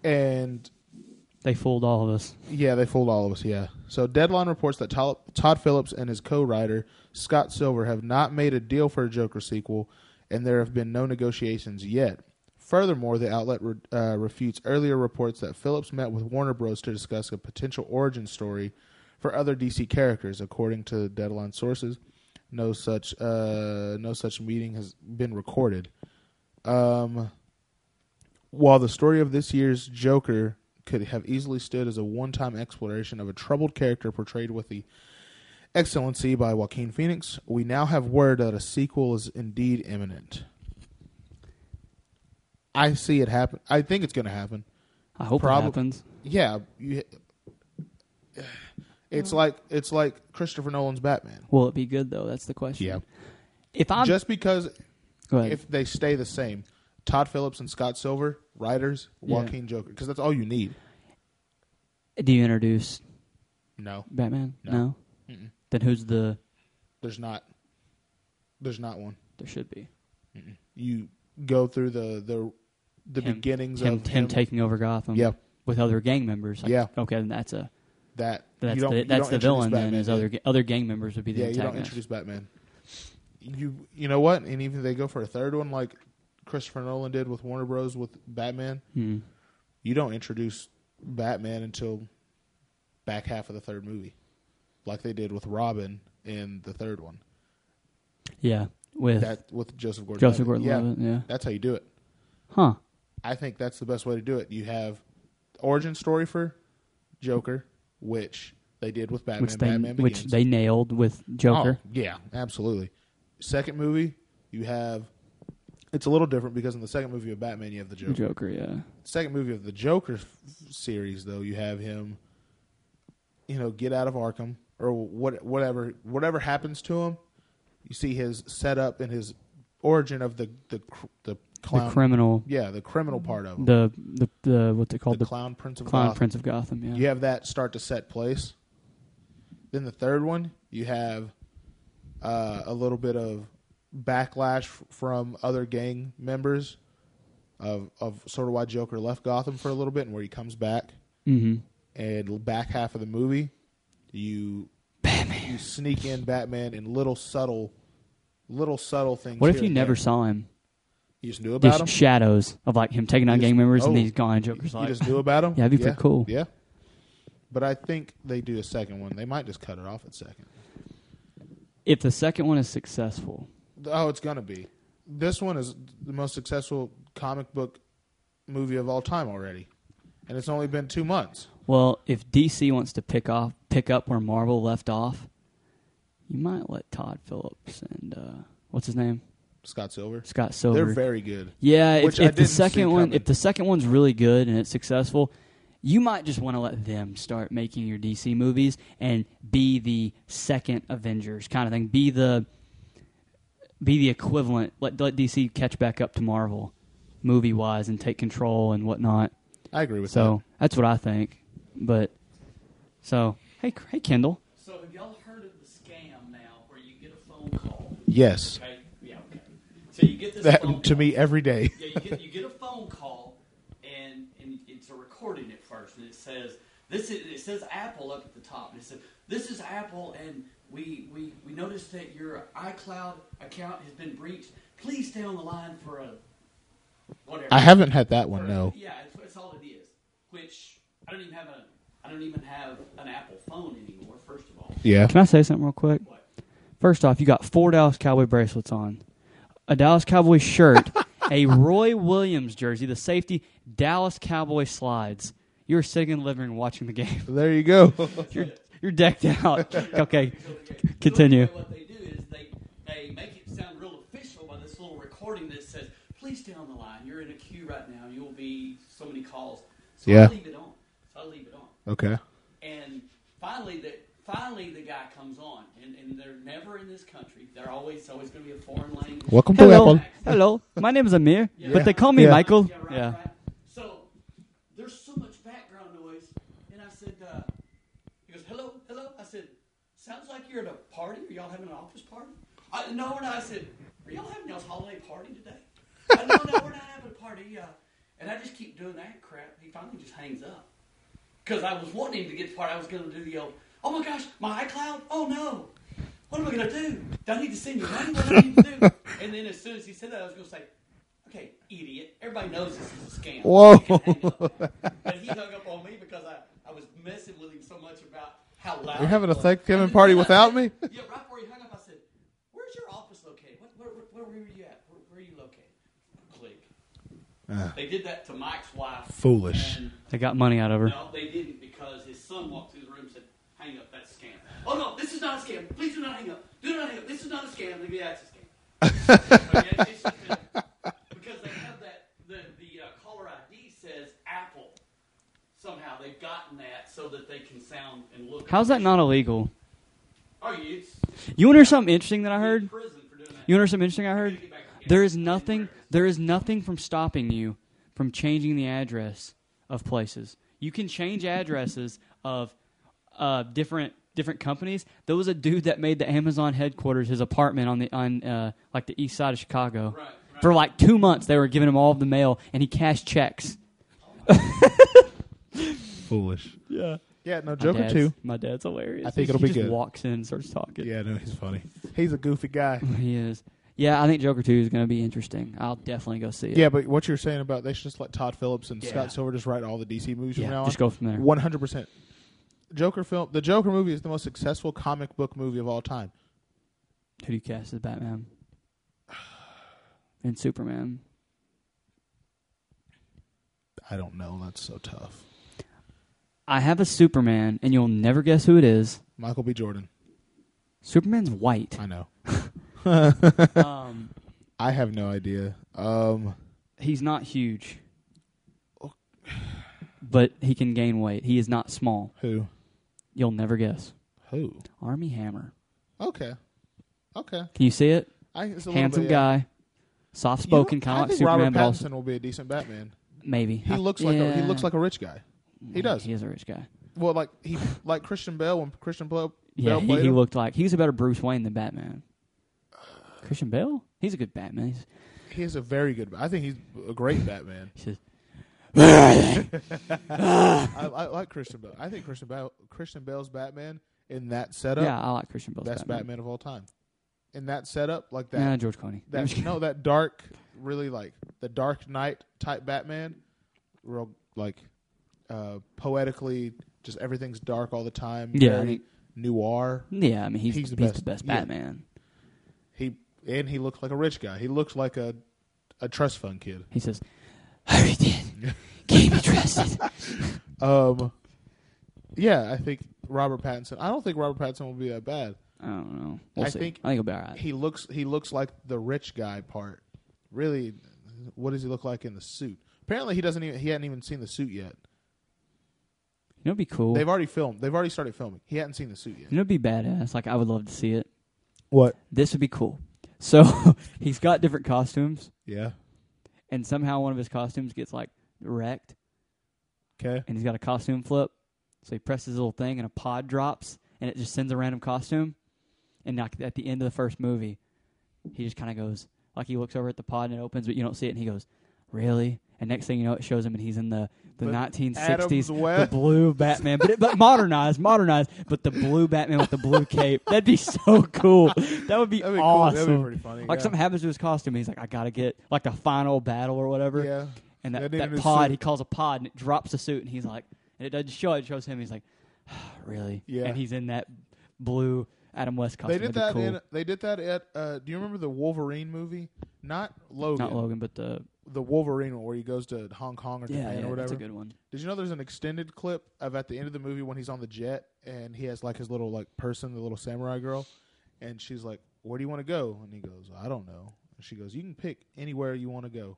Speaker 2: And
Speaker 1: they fooled all of us.
Speaker 2: yeah, they fooled all of us. Yeah. So Deadline reports that Tol- Todd Phillips and his co-writer Scott Silver have not made a deal for a Joker sequel, and there have been no negotiations yet. Furthermore, the outlet re- uh, refutes earlier reports that Phillips met with Warner Bros. to discuss a potential origin story for other DC characters, according to Deadline sources. No such uh, no such meeting has been recorded. Um, while the story of this year's Joker could have easily stood as a one time exploration of a troubled character portrayed with the excellency by Joaquin Phoenix, we now have word that a sequel is indeed imminent. I see it happen. I think it's going to happen.
Speaker 1: I hope
Speaker 2: Prob-
Speaker 1: it happens.
Speaker 2: Yeah, you, it's like it's like Christopher Nolan's Batman.
Speaker 1: Will it be good though? That's the question.
Speaker 2: Yeah.
Speaker 1: If I'm
Speaker 2: Just because
Speaker 1: go ahead.
Speaker 2: if they stay the same, Todd Phillips and Scott Silver, writers,
Speaker 1: Yeah.
Speaker 2: Joaquin Joker, because that's all you need.
Speaker 1: do you introduce
Speaker 2: No,
Speaker 1: Batman?
Speaker 2: No. Mm-mm.
Speaker 1: Then who's the?
Speaker 2: there's not. There's not one.
Speaker 1: There should be
Speaker 2: You go through the the the
Speaker 1: Him-
Speaker 2: beginnings
Speaker 1: him,
Speaker 2: of
Speaker 1: him taking over Gotham.
Speaker 2: Yep.
Speaker 1: With other gang members.
Speaker 2: Yeah.
Speaker 1: Okay, then that's a
Speaker 2: that.
Speaker 1: that's
Speaker 2: you don't,
Speaker 1: the,
Speaker 2: you
Speaker 1: that's
Speaker 2: don't
Speaker 1: the
Speaker 2: introduce
Speaker 1: villain.
Speaker 2: Batman,
Speaker 1: then is
Speaker 2: yeah.
Speaker 1: other ga- other gang members would be the
Speaker 2: Yeah, you don't
Speaker 1: antagonist.
Speaker 2: introduce Batman. You you know what? And even if they go for a third one, like Christopher Nolan did with Warner Bros. with Batman,
Speaker 1: Hmm.
Speaker 2: you don't introduce Batman until back half of the third movie, like they did with Robin in the third one.
Speaker 1: Yeah. With
Speaker 2: That with Joseph Gordon.
Speaker 1: Joseph Gordon-Levitt. Yeah.
Speaker 2: That's how you do it.
Speaker 1: Huh.
Speaker 2: I think that's the best way to do it. You have origin story for Joker, which they did with Batman.
Speaker 1: which they
Speaker 2: Batman
Speaker 1: which
Speaker 2: Begins.
Speaker 1: they nailed with Joker.
Speaker 2: Oh, yeah, absolutely. Second movie, you have it's a little different because in the second movie of Batman, you have the Joker.
Speaker 1: Joker. Yeah.
Speaker 2: Second movie of the Joker f- series, though, you have him, you know, get out of Arkham or what, whatever, whatever happens to him. You see his setup and his origin of the the cr- the clown,
Speaker 1: The criminal.
Speaker 2: yeah, the criminal part of him,
Speaker 1: The the the what's it
Speaker 2: the,
Speaker 1: called? The,
Speaker 2: clown prince of
Speaker 1: Clown
Speaker 2: Gotham.
Speaker 1: Prince of Gotham. Yeah.
Speaker 2: You have that start to set place. Then the third one, you have uh, a little bit of backlash f- from other gang members of of sort of why Joker left Gotham for a little bit and where he comes back.
Speaker 1: Mm-hmm.
Speaker 2: And the back half of the movie, you you sneak in Batman and little subtle, little subtle things.
Speaker 1: What if
Speaker 2: here
Speaker 1: you
Speaker 2: and
Speaker 1: never
Speaker 2: there.
Speaker 1: saw him?
Speaker 2: you just knew
Speaker 1: Just
Speaker 2: about him?
Speaker 1: shadows of like him taking on
Speaker 2: You just-
Speaker 1: gang members and
Speaker 2: oh.
Speaker 1: then he's gone. Joker's
Speaker 2: you
Speaker 1: like,
Speaker 2: just knew about him?
Speaker 1: Yeah, that'd be pretty cool.
Speaker 2: Yeah. But I think they do a second one. They might just cut it off at second.
Speaker 1: if the second one is successful,
Speaker 2: Oh, it's gonna be. This one is the most successful comic book movie of all time already, and it's only been two months.
Speaker 1: well, if DC wants to pick off pick up where Marvel left off, you might let Todd Phillips and uh, what's his name
Speaker 2: Scott Silver.
Speaker 1: Scott
Speaker 2: They're
Speaker 1: Silver.
Speaker 2: very good.
Speaker 1: yeah, if,
Speaker 2: which I
Speaker 1: if the
Speaker 2: didn't see
Speaker 1: second one
Speaker 2: coming.
Speaker 1: if the second one's really good and it's successful, you might just want to let them start making your DC movies and be the second Avengers kind of thing. Be the be the equivalent. Let, let DC catch back up to Marvel movie wise and take control and whatnot.
Speaker 2: I agree with
Speaker 1: So that's what I think. But so hey, hey Kendall.
Speaker 3: So have y'all heard of the scam now where you get a phone call?
Speaker 2: that. <laughs> Yes,
Speaker 3: Okay, yeah, okay. So you get this
Speaker 2: <laughs>
Speaker 3: phone
Speaker 2: that to
Speaker 3: call.
Speaker 2: me every day.
Speaker 3: Yeah, you get you get a phone call, and and it's a recording at first, and it says this is it says Apple up at the top, and it says this is Apple, and we we we noticed that your iCloud account has been breached. Please stay on the line for a whatever.
Speaker 2: I haven't had that one. No,
Speaker 3: Yeah, it's, it's all it is. Which I don't even have a I don't even have an Apple phone anymore. First of all.
Speaker 2: yeah,
Speaker 1: Can I say something real quick?
Speaker 2: <laughs>
Speaker 3: What?
Speaker 1: First off, you got four Dallas Cowboy bracelets on, a Dallas Cowboy
Speaker 3: <laughs>
Speaker 1: shirt, a Roy Williams jersey, the safety Dallas Cowboy slides. You're sitting in the living room watching the game. <laughs>
Speaker 2: there you go.
Speaker 1: You're you're decked
Speaker 3: <laughs>
Speaker 1: out. Okay,
Speaker 3: Okay.
Speaker 1: continue.
Speaker 3: What they do is they, they make it sound real official by this little recording that says, please stay on the line. You're in a queue right now. You'll be so many calls. So
Speaker 2: Yeah.
Speaker 3: I leave it on. So I leave it on.
Speaker 2: <laughs> okay,
Speaker 3: And finally, the, finally the guy comes on. And, and they're never in this country. They're always, it's always going to be a foreign language.
Speaker 2: welcome to
Speaker 1: Hello,
Speaker 2: Apple.
Speaker 1: hello. My name is Amir, but they call me
Speaker 2: Yeah.
Speaker 1: Michael.
Speaker 3: Yeah, right,
Speaker 1: Yeah.
Speaker 3: right. So there's so much background noise, and I said, uh, he goes, hello, hello. I said, sounds like you're at a party. Are y'all having an office party? I, no, we're not. I said, are y'all having y'all's holiday party today? I, no, no, we're not having a party. Uh, and I just keep doing that crap. He finally just hangs up. Because I was wanting to get to the part I was going to do the old, oh my gosh, my iCloud? Oh no. What am I going to do? Do I need to send you money? What do I need
Speaker 2: <laughs>
Speaker 3: to do? and then as soon as he said that, I was going to say, okay, idiot. Everybody knows this is a scam.
Speaker 2: Whoa.
Speaker 3: <laughs> You can hang up. and he hung up on me because I, I was messing with him so much about how loud.
Speaker 2: You're having
Speaker 3: it
Speaker 2: a
Speaker 3: was.
Speaker 2: Thanksgiving
Speaker 3: And then
Speaker 2: party
Speaker 3: I
Speaker 2: without
Speaker 3: said-
Speaker 2: me?
Speaker 3: <laughs> Yeah, right before he hung up, I said, where's your office located? What, where, where, where were you at? Where, where are you located? Click. They did that to Mike's wife.
Speaker 2: Ah. Foolish.
Speaker 3: And
Speaker 1: They got money out of her.
Speaker 3: no, they didn't because his son walked through the room and said, hang up, that's a scam. Oh, no, this is not a scam. Please do not hang up. Do not hang up. This is not a scam. Maybe that's
Speaker 1: <laughs>
Speaker 3: a scam. Okay, it's just- because they have that, the, the uh, caller ID says Apple. so that they can sound and look.
Speaker 1: How's that not illegal?
Speaker 3: Oh, yeah, it's,
Speaker 1: You want to hear something interesting that I
Speaker 3: I
Speaker 1: heard?
Speaker 3: prison for doing that.
Speaker 1: You want to hear something interesting I heard? There is nothing. There is nothing from stopping you from changing the address of places. You can change addresses of uh, different different companies. There was a dude that made the Amazon headquarters his apartment on the on uh, like the east side of Chicago.
Speaker 3: Right, right.
Speaker 1: For like two months, they were giving him all of the mail, and he cashed checks.
Speaker 4: Foolish.
Speaker 1: Yeah,
Speaker 2: Yeah, no
Speaker 1: my
Speaker 2: joker
Speaker 1: dad's,
Speaker 2: too.
Speaker 1: my dad's hilarious.
Speaker 2: I think
Speaker 1: He-
Speaker 2: it'll
Speaker 1: he
Speaker 2: be
Speaker 1: just
Speaker 2: good.
Speaker 1: Walks in, and starts talking.
Speaker 4: Yeah, no, he's funny.
Speaker 2: He's a goofy guy.
Speaker 1: he is. Yeah, I think Joker Two is going to be interesting. I'll definitely go see it.
Speaker 2: Yeah, but what you're saying about they should just let Todd Phillips and
Speaker 1: Yeah.
Speaker 2: Scott Silver just write all the DC movies
Speaker 1: Yeah,
Speaker 2: from now
Speaker 1: just
Speaker 2: on.
Speaker 1: go from there.
Speaker 2: One hundred percent. Joker film. The Joker movie is the most successful comic book movie of all time.
Speaker 1: Who do you cast as Batman? And Superman.
Speaker 2: I don't know. That's so tough.
Speaker 1: I have a Superman, and you'll never guess who it is.
Speaker 2: Michael B. Jordan.
Speaker 1: Superman's white.
Speaker 2: I know.
Speaker 1: um,
Speaker 2: I have no idea. Um,
Speaker 1: he's not huge, but he can gain weight. He is not small.
Speaker 2: who?
Speaker 1: You'll never guess.
Speaker 2: Who?
Speaker 1: Army Hammer.
Speaker 2: Okay. Okay.
Speaker 1: Can you see it?
Speaker 2: I, it's a little
Speaker 1: Handsome
Speaker 2: bit, yeah.
Speaker 1: guy, soft spoken,
Speaker 2: You know,
Speaker 1: kind of
Speaker 2: I
Speaker 1: like
Speaker 2: think
Speaker 1: Superman,
Speaker 2: Robert
Speaker 1: but also
Speaker 2: Pattinson will be a decent Batman.
Speaker 1: maybe
Speaker 2: He
Speaker 1: I-
Speaker 2: looks like a, he
Speaker 1: yeah.
Speaker 2: looks like a rich guy. He does.
Speaker 1: He is a rich guy.
Speaker 2: Well, like he like Christian Bale when Christian Bale,
Speaker 1: Yeah,
Speaker 2: Bale
Speaker 1: he,
Speaker 2: played
Speaker 1: he
Speaker 2: him.
Speaker 1: looked like he was a better Bruce Wayne than Batman. Christian Bale, he's a good Batman.
Speaker 2: <laughs>
Speaker 1: He's,
Speaker 2: He is a very good. I think he's a great Batman.
Speaker 1: he's just,
Speaker 2: I, I like Christian Bale. I think Christian Bale Christian Bale's Batman in that setup,
Speaker 1: yeah, I like Christian Bale's
Speaker 2: best Batman.
Speaker 1: Batman.
Speaker 2: of all time. In that setup, like that,
Speaker 1: Nah, George Clooney. I'm
Speaker 2: that
Speaker 1: just
Speaker 2: no, that dark, really like the Dark Knight type Batman, real like uh, poetically, just everything's dark all the time.
Speaker 1: Yeah, I
Speaker 2: very
Speaker 1: think-
Speaker 2: noir.
Speaker 1: kidding. yeah, I mean he's, he's, the, best.
Speaker 2: yeah.
Speaker 1: Batman.
Speaker 2: He and he looks like a rich guy. He looks like a a trust fund kid.
Speaker 1: He says, "Hurry, then, can't be
Speaker 2: <laughs>
Speaker 1: trusted."
Speaker 2: Um, yeah, I think Robert Pattinson. I don't think Robert Pattinson will be that bad.
Speaker 1: I don't know. We'll
Speaker 2: I
Speaker 1: see.
Speaker 2: think
Speaker 1: I think it'll be all right.
Speaker 2: He looks he looks like the rich guy part. Really, what does he look like in the suit? Apparently, he doesn't even he hadn't even seen the suit yet.
Speaker 1: You know, it'd be cool.
Speaker 2: They've already filmed. They've already started filming. He hadn't seen the suit
Speaker 1: you
Speaker 2: yet.
Speaker 1: know, it'd be badass. Like I would love to see it.
Speaker 2: What?
Speaker 1: This would be cool. So <laughs> he's got different costumes,
Speaker 2: Yeah.
Speaker 1: and somehow one of his costumes gets like wrecked,
Speaker 2: Okay.
Speaker 1: and he's got a costume flip. So he presses his little thing, and a pod drops, and it just sends a random costume. And like at the end of the first movie, he just kind of goes like he looks over at the pod and it opens, but you don't see it, and he goes, "Really?" And next thing you know, it shows him, and he's in the the
Speaker 2: But
Speaker 1: nineteen
Speaker 2: Adam's
Speaker 1: sixties, the
Speaker 2: West.
Speaker 1: blue Batman, but it, but modernized, modernized, but the
Speaker 2: <laughs>
Speaker 1: blue Batman with the blue cape. That'd be so cool. That would be,
Speaker 2: <laughs> That'd be cool.
Speaker 1: awesome.
Speaker 2: That'd be pretty funny,
Speaker 1: Like
Speaker 2: yeah.
Speaker 1: something happens to his costume, he's like, "I gotta get like the final battle or whatever."
Speaker 2: Yeah.
Speaker 1: And
Speaker 2: They
Speaker 1: that,
Speaker 2: need a
Speaker 1: that
Speaker 2: new
Speaker 1: pod,
Speaker 2: suit.
Speaker 1: he calls a pod, and it drops the suit, and he's like, and it doesn't show it, it shows him. He's like, <sighs> really?
Speaker 2: Yeah.
Speaker 1: And he's in that blue Adam West costume.
Speaker 2: They did
Speaker 1: That'd
Speaker 2: that
Speaker 1: be cool.
Speaker 2: in. They did that at. Uh, do you remember the Wolverine movie? Not Logan.
Speaker 1: not Logan, but the
Speaker 2: The Wolverine one where he goes to Hong Kong or
Speaker 1: yeah,
Speaker 2: Japan
Speaker 1: yeah
Speaker 2: or
Speaker 1: that's
Speaker 2: whatever.
Speaker 1: a good one.
Speaker 2: Did you know there's an extended clip of at the end of the movie when he's on the jet and he has like his little like person, the little samurai girl, and she's like, "Where do you want to go?" And he goes, "I don't know." And she goes, "You can pick anywhere you want to go.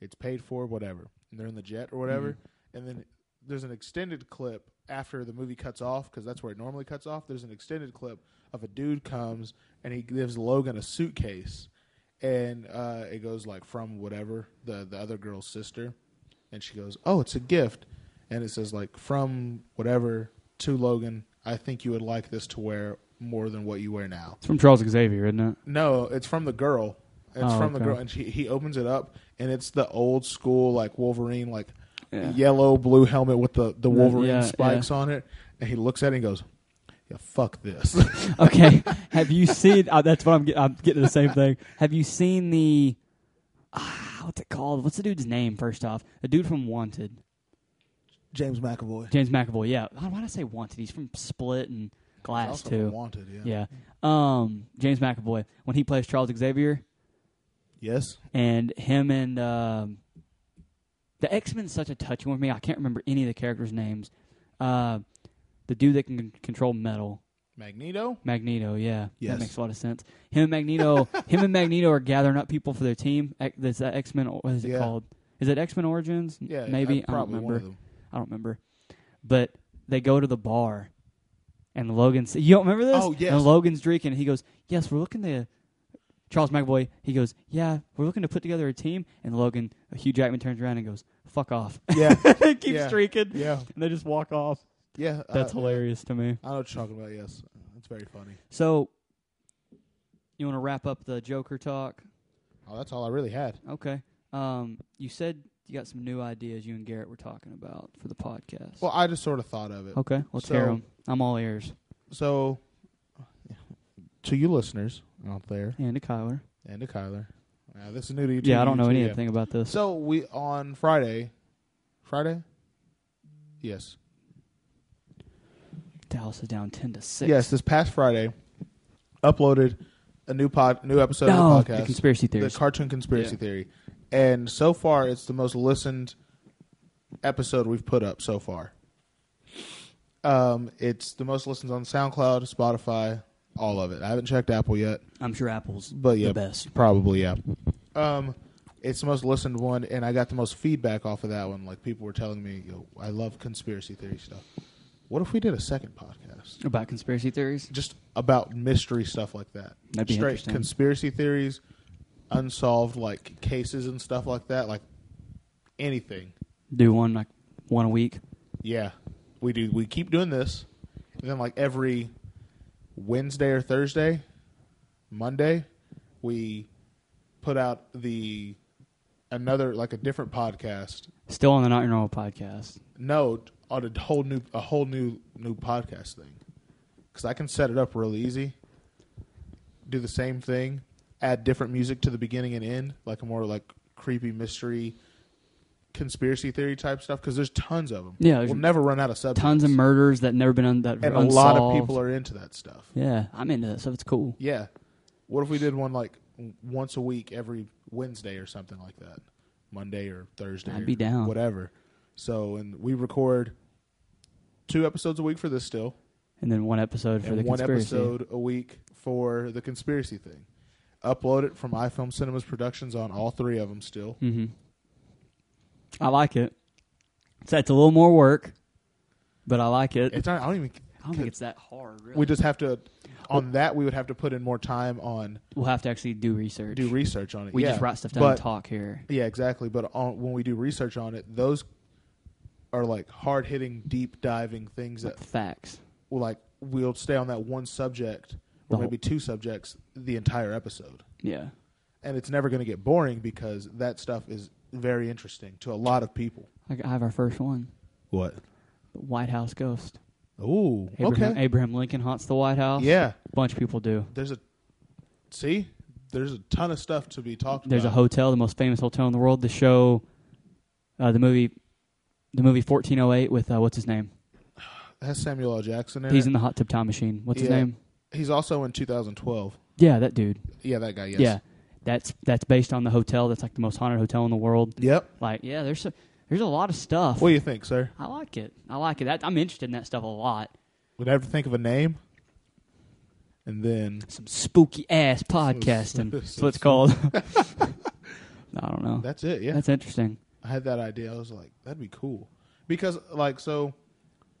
Speaker 2: It's paid for, whatever." And they're in the jet or whatever,
Speaker 1: Mm-hmm.
Speaker 2: and then there's an extended clip after the movie cuts off because that's where it normally cuts off. There's an extended clip of a dude comes and he gives Logan a suitcase, and uh, it goes like from whatever the the other girl's sister, and she goes, "Oh, it's a gift," and it says like from whatever to Logan. I think you would like this to wear more than what you wear now.
Speaker 1: It's from Charles Xavier, isn't it?
Speaker 2: No, it's from the girl. It's
Speaker 1: Oh,
Speaker 2: from the
Speaker 1: okay.
Speaker 2: girl, and she, he opens it up, and it's the old school like Wolverine, like
Speaker 1: Yeah.
Speaker 2: yellow blue helmet with the the Wolverine
Speaker 1: yeah,
Speaker 2: spikes on it. And he looks at it and goes, "Yeah,
Speaker 1: <laughs>
Speaker 2: fuck this."
Speaker 1: Okay. Have you seen? Uh, that's what I'm getting. I'm getting to the same thing. Have you seen the? Ah, what's it called? What's the dude's name? First off, the dude from Wanted,
Speaker 4: James McAvoy.
Speaker 1: James McAvoy. Yeah. God, why did I say Wanted? He's from Split and Glass
Speaker 2: Also
Speaker 1: too.
Speaker 2: wanted, yeah.
Speaker 1: Yeah. Um, James McAvoy when he plays Charles Xavier
Speaker 2: Yes,
Speaker 1: and him and um, the X Men's such a touchy one for me. I can't remember any of the characters' names. Uh, the dude that can c- control metal,
Speaker 2: Magneto.
Speaker 1: Magneto. Yeah,
Speaker 2: Yes.
Speaker 1: that makes a lot of sense. Him and
Speaker 2: <laughs>
Speaker 1: Magneto. him and Magneto are gathering up people for their team. X- That's that X Men. What is it
Speaker 2: Yeah.
Speaker 1: called? Is it X Men Origins?
Speaker 2: Yeah,
Speaker 1: maybe
Speaker 2: uh, probably
Speaker 1: <laughs> I don't remember.
Speaker 2: one of them.
Speaker 1: I don't remember. But they go to the bar, and Logan's. You don't remember this?
Speaker 2: Oh, yes.
Speaker 1: And Logan's drinking. And he goes, "Yes, we're looking to." Charles McAvoy. He goes, "Yeah, we're looking to put together a team." And Logan, uh, Hugh Jackman turns around and goes, "Fuck off." <laughs>
Speaker 2: Yeah.
Speaker 1: they keep
Speaker 2: Yeah.
Speaker 1: drinking.
Speaker 2: Yeah.
Speaker 1: And they just walk off.
Speaker 2: Yeah.
Speaker 1: That's
Speaker 2: uh,
Speaker 1: hilarious to me.
Speaker 2: I know what you're talking about. Yes, it's very funny.
Speaker 1: So, you want to wrap up the Joker talk?
Speaker 2: Oh, that's all I really had.
Speaker 1: Okay. Um, you said you got some new ideas you and Garrett were talking about for the podcast.
Speaker 2: Well, I just sort of thought of it.
Speaker 1: okay, let's
Speaker 2: so-
Speaker 1: hear 'em. I'm all ears.
Speaker 2: So, to you listeners out there
Speaker 1: And to Kyler.
Speaker 2: and to Kyler, uh, this is new to you. too,
Speaker 1: Yeah, I don't
Speaker 2: you
Speaker 1: know
Speaker 2: too, yeah.
Speaker 1: anything about this.
Speaker 2: So we on Friday, Friday. Yes.
Speaker 1: Dallas is down ten to six.
Speaker 2: Yes, this past Friday, uploaded a new pod, new episode
Speaker 1: No,
Speaker 2: of the podcast,
Speaker 1: the conspiracy theories.
Speaker 2: the cartoon conspiracy
Speaker 1: Yeah.
Speaker 2: theory, and so far it's the most listened episode we've put up so far. Um, it's the most listens on SoundCloud, Spotify, all of it. I haven't checked Apple yet,
Speaker 1: I'm sure Apple's
Speaker 2: but yeah,
Speaker 1: the best.
Speaker 2: probably yeah. Um, it's the most listened one, and I got the most feedback off of that one. Like people were telling me, Yo, I love conspiracy theory stuff. What if we did a second podcast?
Speaker 1: About conspiracy theories?
Speaker 2: just about mystery stuff like that.
Speaker 1: That'd be
Speaker 2: Straight
Speaker 1: interesting.
Speaker 2: conspiracy theories, unsolved like cases and stuff like that, like anything.
Speaker 1: Do one like one a week.
Speaker 2: Yeah. We do we keep doing this. And then like every Wednesday or Thursday, Monday, we put out the another like a different podcast.
Speaker 1: Still on the Not Your Normal podcast.
Speaker 2: No, on a whole new a whole new new podcast thing. Cuz I can set it up real easy. do the same thing, add different music to the beginning and end, like a more like creepy mystery, conspiracy theory type stuff. Because there's tons of them.
Speaker 1: Yeah, there's
Speaker 2: we'll never run out of subjects.
Speaker 1: Tons of murders that never been un- that
Speaker 2: and
Speaker 1: were
Speaker 2: a lot of
Speaker 1: unsolved.
Speaker 2: people are into that stuff.
Speaker 1: Yeah, I'm into that stuff. It's cool.
Speaker 2: Yeah, what if we did one like w- once a week, every Wednesday or something like that, Monday or Thursday?
Speaker 1: I'd
Speaker 2: or
Speaker 1: be down.
Speaker 2: Whatever. So, and we record two episodes a week for this still.
Speaker 1: And then one episode for
Speaker 2: and
Speaker 1: the
Speaker 2: one
Speaker 1: conspiracy.
Speaker 2: episode a week for the conspiracy thing. Upload it from iFilm Cinemas Productions on all three of them still.
Speaker 1: Mm-hmm. I like it. So it's a little more work, but I like it.
Speaker 2: It's not, I don't even.
Speaker 1: I don't think it's that hard. Really.
Speaker 2: We just have to on that. We would have to put in more time on
Speaker 1: we'll have to actually do research.
Speaker 2: do research on it.
Speaker 1: we
Speaker 2: yeah.
Speaker 1: just write stuff down and
Speaker 2: But-
Speaker 1: talk here.
Speaker 2: Yeah, exactly. But on, when we do research on it, those are like hard hitting, deep diving things that
Speaker 1: Like facts.
Speaker 2: will like we'll stay on that one subject
Speaker 1: The
Speaker 2: or
Speaker 1: whole-
Speaker 2: maybe two subjects the entire episode.
Speaker 1: Yeah.
Speaker 2: and it's never going to get boring because that stuff is very interesting to a lot of people.
Speaker 1: Like I have our first one.
Speaker 2: What?
Speaker 1: The White House ghost.
Speaker 2: Ooh,
Speaker 1: Abraham,
Speaker 2: okay.
Speaker 1: Abraham Lincoln haunts the White House.
Speaker 2: Yeah,
Speaker 1: A bunch of people do.
Speaker 2: there's a see, there's a ton of stuff to be talked
Speaker 1: There's a
Speaker 2: about.
Speaker 1: hotel, the most famous hotel in the world. The show, uh, the movie, the movie 1408 with uh, what's his name?
Speaker 2: There's a has Samuel L. Jackson in
Speaker 1: He's
Speaker 2: it.
Speaker 1: in the hot tub time machine. What's his
Speaker 2: Yeah.
Speaker 1: name?
Speaker 2: He's also in 2012.
Speaker 1: Yeah, that dude.
Speaker 2: Yeah, that guy. Yes.
Speaker 1: Yeah, that's that's based on the hotel. That's like the most haunted hotel in the world.
Speaker 2: Yep.
Speaker 1: Like, yeah, there's a, there's a lot of stuff.
Speaker 2: What do you think, sir?
Speaker 1: I like it. I like it. That, I'm interested in that stuff a lot.
Speaker 2: Would I ever think of a name? And then
Speaker 1: Some spooky
Speaker 2: <laughs>
Speaker 1: ass podcasting. That's what it's called. <laughs> I don't know.
Speaker 2: that's it. Yeah.
Speaker 1: That's interesting.
Speaker 2: I had that idea. I was like, that'd be cool. Because like so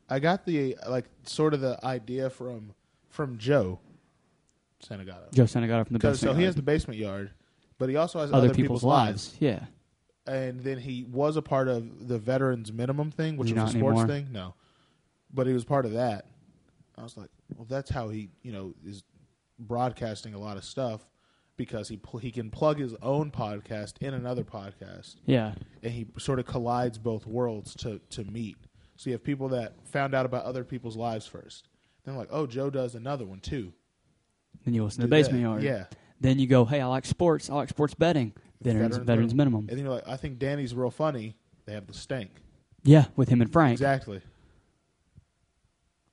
Speaker 2: I got the like sort of the idea from from Joe Sanagato.
Speaker 1: Joe Santagato from the
Speaker 2: Because
Speaker 1: best.
Speaker 2: so he has the basement yard, but he also has
Speaker 1: other, people's, lives. Yeah,
Speaker 2: And then he was a part of the veterans minimum thing, which
Speaker 1: He's
Speaker 2: was a
Speaker 1: not
Speaker 2: sports
Speaker 1: anymore.
Speaker 2: thing. No, but he was part of that. I was like, well, that's how he, you know, is broadcasting a lot of stuff because he pl- he can plug his own podcast in another podcast,
Speaker 1: yeah.
Speaker 2: and he sort of collides both worlds to to meet. So you have people that found out about other people's lives first. Then like, oh, Joe does another one too.
Speaker 1: Then you listen to
Speaker 2: Do
Speaker 1: the basement
Speaker 2: that.
Speaker 1: yard.
Speaker 2: Yeah.
Speaker 1: Then you go, hey, I like sports. I like sports betting. Veterans, veterans, minimum.
Speaker 2: And then you're like, I think Danny's real funny. They have the stank.
Speaker 1: Yeah, with him and Frank.
Speaker 2: Exactly.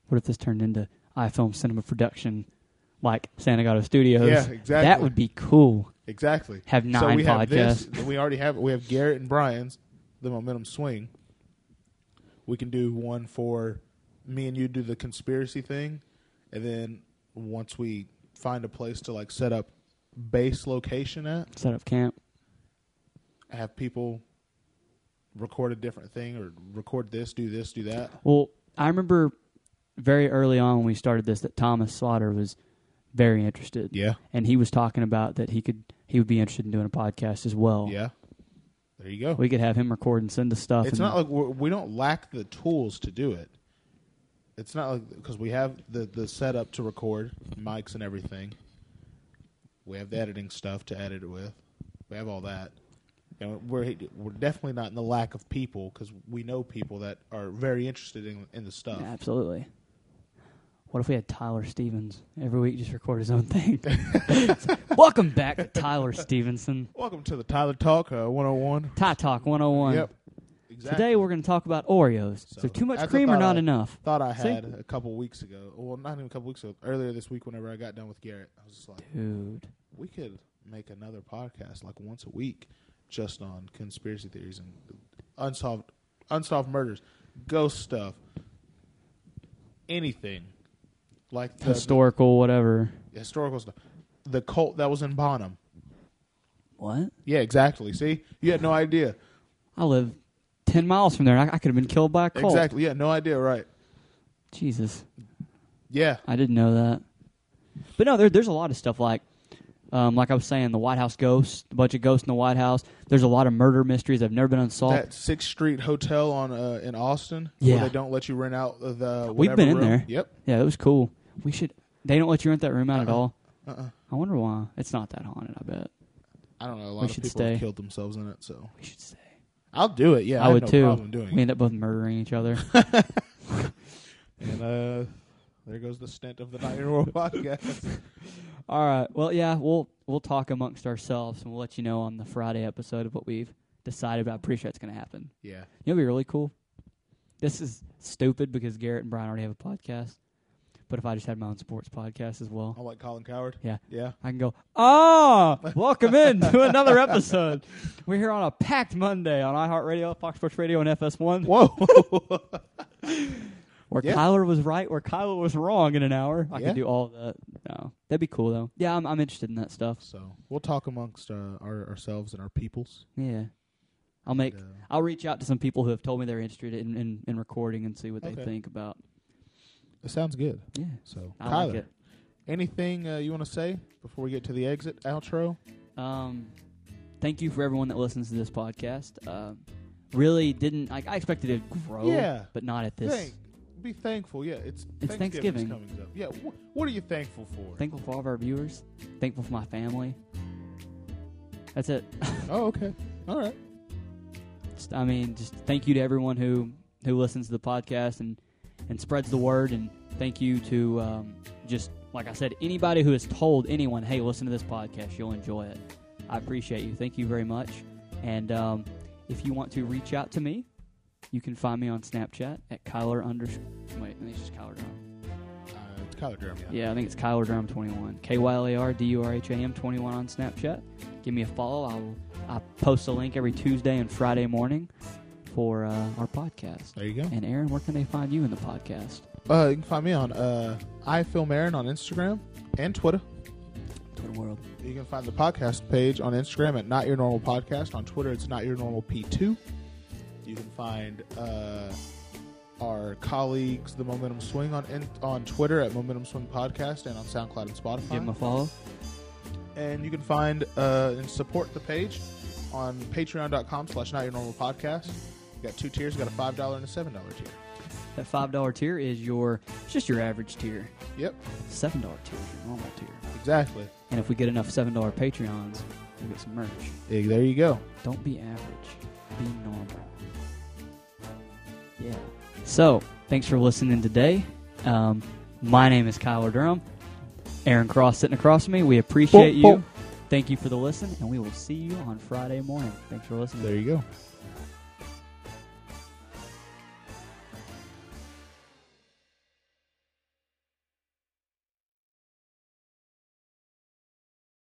Speaker 1: What if this turned into iFilm Cinema Production, like Santagato Studios?
Speaker 2: Yeah, exactly.
Speaker 1: That would be cool.
Speaker 2: Exactly.
Speaker 1: Have
Speaker 2: so
Speaker 1: nine
Speaker 2: we Have this,
Speaker 1: podcasts.
Speaker 2: then we already have we have Garrett and Brian's the momentum swing. We can do one for me and you do the conspiracy thing, and then once we find a place to like set up base location at,
Speaker 1: Set up camp.
Speaker 2: have people record a different thing or record this, do this, do that.
Speaker 1: Well, I remember very early on when we started this that Thomas Slaughter was very interested.
Speaker 2: Yeah.
Speaker 1: And he was talking about that he could he would be interested in doing a podcast as well.
Speaker 2: Yeah. There you go.
Speaker 1: We could have him record and send us stuff.
Speaker 2: it's
Speaker 1: and-
Speaker 2: not like we're, we don't lack the tools to do it. It's not like because we have the the setup to record mics and everything. We have the editing stuff to edit it with. We have all that, and we're we're definitely not in the lack of people because we know people that are very interested in in the stuff.
Speaker 1: Yeah, absolutely. What if we had Tyler Stevens every week just record his own
Speaker 2: <laughs>
Speaker 1: thing? <laughs> Welcome back to Tyler Stevenson.
Speaker 2: Welcome to the Tyler Talk uh, 101.
Speaker 1: Tie Talk 101.
Speaker 2: Yep, exactly.
Speaker 1: Today we're going to talk about Oreos. So,
Speaker 2: So,
Speaker 1: too much
Speaker 2: that's a
Speaker 1: cream or
Speaker 2: thought
Speaker 1: not
Speaker 2: I-
Speaker 1: enough?
Speaker 2: thought I
Speaker 1: See?
Speaker 2: had a couple weeks ago. Well, not even a couple weeks ago. Earlier this week, whenever I got done with Garrett, I was just like,
Speaker 1: Dude.
Speaker 2: we could make another podcast like once a week just on conspiracy theories and unsolved unsolved murders, ghost stuff, anything like the
Speaker 1: Historical, whatever.
Speaker 2: historical stuff. The cult that was in Bonham.
Speaker 1: What?
Speaker 2: Yeah, exactly. See, you had no idea.
Speaker 1: I live 10 miles from there. and I, I could have been killed by a cult.
Speaker 2: Exactly. Yeah, no idea. Right.
Speaker 1: Jesus.
Speaker 2: Yeah.
Speaker 1: I didn't know that. But no, there, there's a lot of stuff like, um, like I was saying, the White House ghosts, a bunch of ghosts in the White House. There's a lot of murder mysteries that have never been unsolved.
Speaker 2: That Sixth Street Hotel on uh, in Austin,
Speaker 1: Yeah.
Speaker 2: where they don't let you rent out the- the.
Speaker 1: We've been in
Speaker 2: whatever room.
Speaker 1: there.
Speaker 2: Yep.
Speaker 1: Yeah, it was cool. We should. They don't let you rent that room out at
Speaker 2: Uh-uh.
Speaker 1: all.
Speaker 2: Uh-uh.
Speaker 1: I wonder why. It's not that haunted. I bet
Speaker 2: I don't know. A lot
Speaker 1: We
Speaker 2: of
Speaker 1: should
Speaker 2: people
Speaker 1: stay.
Speaker 2: have killed themselves in it, so
Speaker 1: we should stay.
Speaker 2: I'll do it. Yeah, I,
Speaker 1: I,
Speaker 2: have
Speaker 1: would
Speaker 2: no
Speaker 1: too.
Speaker 2: Problem doing
Speaker 1: we
Speaker 2: it.
Speaker 1: end up both murdering each other.
Speaker 2: And uh, there goes the stint of the Night in World <laughs> podcast.
Speaker 1: all right. Well, yeah, we'll we'll talk amongst ourselves and we'll let you know on the Friday episode of what we've decided. But I'm pretty sure it's going to happen.
Speaker 2: Yeah,
Speaker 1: You know, what'd be really cool. This is stupid because Garrett and Brian already have a podcast. But if I just had my own sports podcast as well,
Speaker 2: I'm like Colin Coward.
Speaker 1: Yeah.
Speaker 2: yeah.
Speaker 1: I can go, ah, welcome in to
Speaker 2: <laughs>
Speaker 1: another episode. We're here on a packed Monday on iHeartRadio, Fox Sports Radio, and FS1.
Speaker 2: <laughs> Whoa,
Speaker 1: Where
Speaker 2: Yeah.
Speaker 1: Kyler was right, where Kyler was wrong in an hour. I
Speaker 2: Yeah.
Speaker 1: could do all that. No, that'd be cool, though. Yeah, I'm, I'm interested in that stuff.
Speaker 2: so we'll talk amongst uh, our, ourselves and our peoples.
Speaker 1: Yeah. I'll make,
Speaker 2: And, uh,
Speaker 1: I'll reach out to some people who have told me they're interested in, in, in recording and see what they
Speaker 2: Okay.
Speaker 1: think about.
Speaker 2: it sounds good.
Speaker 1: Yeah.
Speaker 2: So
Speaker 1: I
Speaker 2: Tyler,
Speaker 1: like it.
Speaker 2: anything uh, you want to say before we get to the exit outro?
Speaker 1: Um, thank you for everyone that listens to this podcast. Um, really didn't, like, I expected it to grow,
Speaker 2: Yeah.
Speaker 1: but not at this.
Speaker 2: Thank, be thankful. Yeah, it's
Speaker 1: It's Thanksgiving.
Speaker 2: Thanksgiving's coming up. Yeah, wh- what are you thankful for?
Speaker 1: Thankful for all of our viewers. Thankful for my family. That's it.
Speaker 2: oh, okay. All right.
Speaker 1: Just- I mean, just thank you to everyone who who listens to the podcast and and spreads the word. And thank you to um, just like I said, anybody who has told anyone, "Hey, listen to this podcast. You'll enjoy it." I appreciate you. Thank you very much. And um, if you want to reach out to me, you can find me on Snapchat at Kyler under. Wait, I think it's just Kyler Durham.
Speaker 2: Uh, it's Kyler Durham.
Speaker 1: Yeah, I think it's Kyler Durham 21. K Y L A R D U R H A M 21 on Snapchat. Give me a follow. I'll I post a link every Tuesday and Friday morning for uh, our podcast.
Speaker 2: There you go.
Speaker 1: And Aaron, where can they find you in the podcast?
Speaker 2: Uh, you can find me on uh, I Film Aaron on Instagram and Twitter.
Speaker 1: Twitter world.
Speaker 2: You can find the podcast page on Instagram at Not Your Normal Podcast. On Twitter, it's Not Your Normal P2. You can find uh, our colleagues, The Momentum Swing, on in, on Twitter at Momentum Swing Podcast and on SoundCloud and Spotify.
Speaker 1: Give them a follow.
Speaker 2: and you can find uh, and support the page on patreon.com slash Not Your Normal Podcast. We got two tiers. We got a $5 and a $7 tier.
Speaker 1: That five dollar tier is your it's just your average tier.
Speaker 2: Yep,
Speaker 1: Seven dollar tier is your normal tier.
Speaker 2: exactly.
Speaker 1: And if we get enough seven dollar Patreons, we'll get some merch.
Speaker 2: Eh, There you go.
Speaker 1: Don't be average. Be normal. Yeah. So, thanks for listening today. Um, my name is Kyler Durham. Aaron Cross sitting across from me. We appreciate
Speaker 2: Boop,
Speaker 1: you.
Speaker 2: boop.
Speaker 1: Thank you for the listen, and we will see you on Friday morning. Thanks for listening.
Speaker 2: There you go.